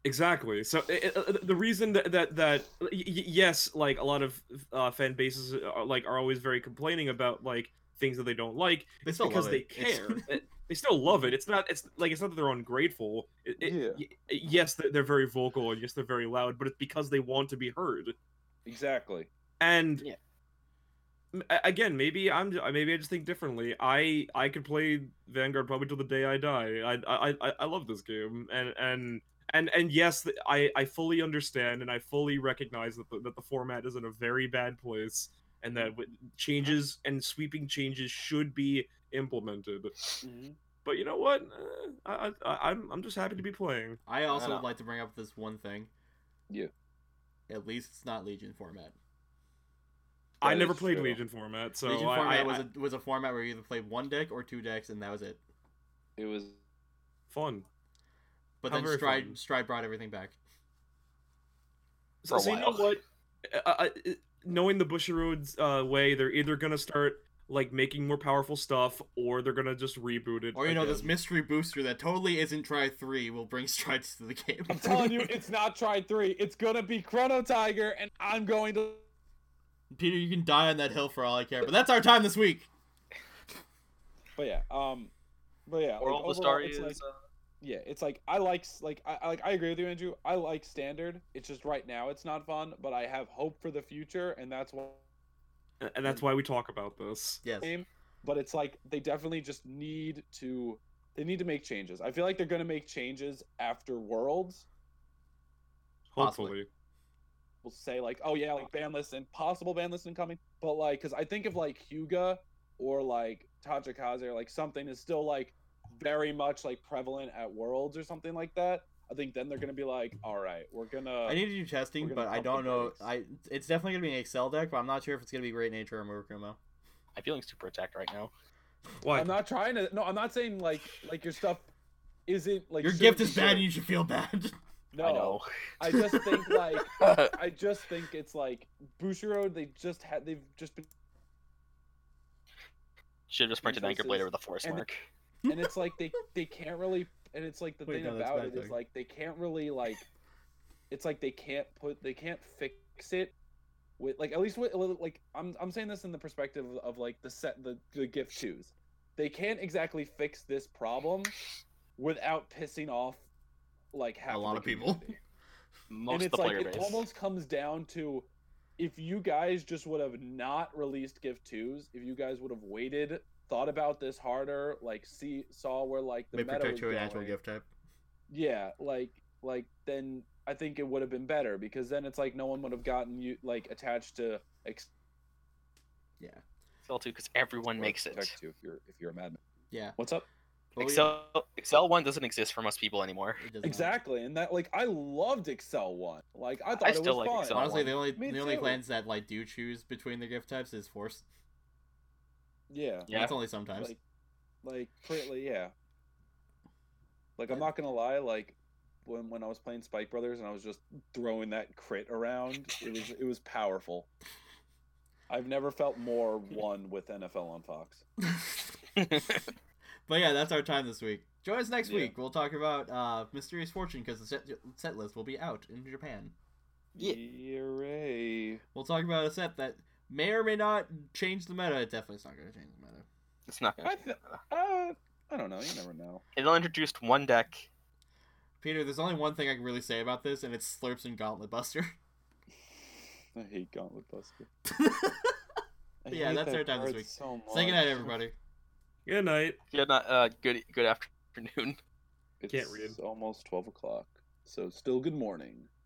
Exactly. So i i- the reason that that, that y- y- yes, like a lot of uh, fan bases are, like are always very complaining about like things that they don't like They still because love they it. It's- care. It- they still love it. It's not. It's like it's not that they're ungrateful. It, it, Yeah. y- yes, they're, they're very vocal and yes, they're very loud, but it's because they want to be heard. Exactly. and Yeah. m- a- again maybe i'm j- maybe i just think differently i i could play vanguard probably till the day i die i i i, I love this game and and and and yes th- i i fully understand and i fully recognize that the, that the format is in a very bad place and that wi- changes and sweeping changes should be implemented Mm-hmm. but you know what Uh, I, I i'm i'm just happy to be playing I also know. would like to bring up this one thing. Yeah. At least it's not Legion format. i That never is played true. legion format so Legion I, format I- was I- a was a format where you either played one deck or two decks, and that was it. It was. fun But How then very Stride fun. Stride brought everything back. So, for a so you know while. what? Eh, I, I, knowing the Bushiroad's uh, way, they're either gonna start like making more powerful stuff, or they're gonna just reboot it. Or you know this again. mystery booster that totally isn't Try Three will bring Strides to the game. I'm telling you, it's not Tried Three. It's gonna be Chrono Tiger, and I'm going to. Peter, you can die on that hill for all I care. But that's our time this week. But yeah. Um. But yeah. Moral like, of the overall, story it's is like- uh, yeah it's like i like like i I- like i agree with you andrew i like standard it's just right now it's not fun but i have hope for the future and that's why A- and that's why we talk about this. Yes. game but it's like they definitely just need to they need to make changes i feel like they're going to make changes after worlds Possibly. Hopefully, will say like, oh yeah, like ban list and possible ban list incoming. But like, because I think if like Hyuga or like Tachikaze or like something is still like very much like prevalent at Worlds or something like that, I think then they're gonna be like, all right, we're gonna. I need to do testing, We're but gonna I pump don't the know. brakes. I it's definitely gonna be an Excel deck, but I'm not sure if it's gonna be Great Nature or Murakumo. My feeling's super attacked right now. Why? I'm not trying to. No, I'm not saying like like your stuff isn't like Your gift shouldn't be is bad, and good. you should feel bad. No, I know. I just think like I I just think it's like Bushiroad. They just had they've just been should have just printed Anchor Blade over Resources the Force and- Mark. and it's like they they can't really and it's like the Wait, thing no, that's about my it is thing. like they can't really like it's like they can't put they can't fix it with like at least with like I'm I'm saying this in the perspective of, like the set the, the gift shoes. They can't exactly fix this problem without pissing off like half lot the of people. community Most and of it's the like player it base. almost comes down to if you guys just would have not released gift twos if you guys would have waited thought about this harder like see saw where like the May meta protect was you an going, actual gift type. yeah like like then i think it would have been better because then it's like no one would have gotten you like attached to ex- Yeah, Excel too, because everyone makes it. protect you if you're if you're a madman yeah. what's up But we- Excel Excel one doesn't exist for most people anymore. it does not. exactly and that like i loved excel one like i thought I it still was like fun Excel. Honestly, one. the only Me the only too. clans that like do choose between the gift types is Force. yeah Yeah. That's only sometimes. like, like pretty, yeah. Like I'm not gonna lie, like when when I was playing Spike Brothers and I was just throwing that crit around, it was it was powerful. I've never felt more one with NFL on Fox. but yeah, that's our time this week. Join us next Yeah. week. We'll talk about uh, Mysterious Fortune because the set, set list will be out in Japan. Yeah. Hooray. We'll talk about a set that may or may not change the meta. It definitely is not going to change the meta. It's not gonna. I th- uh, I don't know. You never know. It'll introduce one deck. Peter, there's only one thing I can really say about this, and it's Slurps and Gauntlet Buster. I hate Gauntlet Buster. I Yeah, hate that's that our time this card week. So much. Say goodnight, everybody. Good night. Good night. Uh, good good afternoon. It's Can't read. almost twelve o'clock, so still good morning.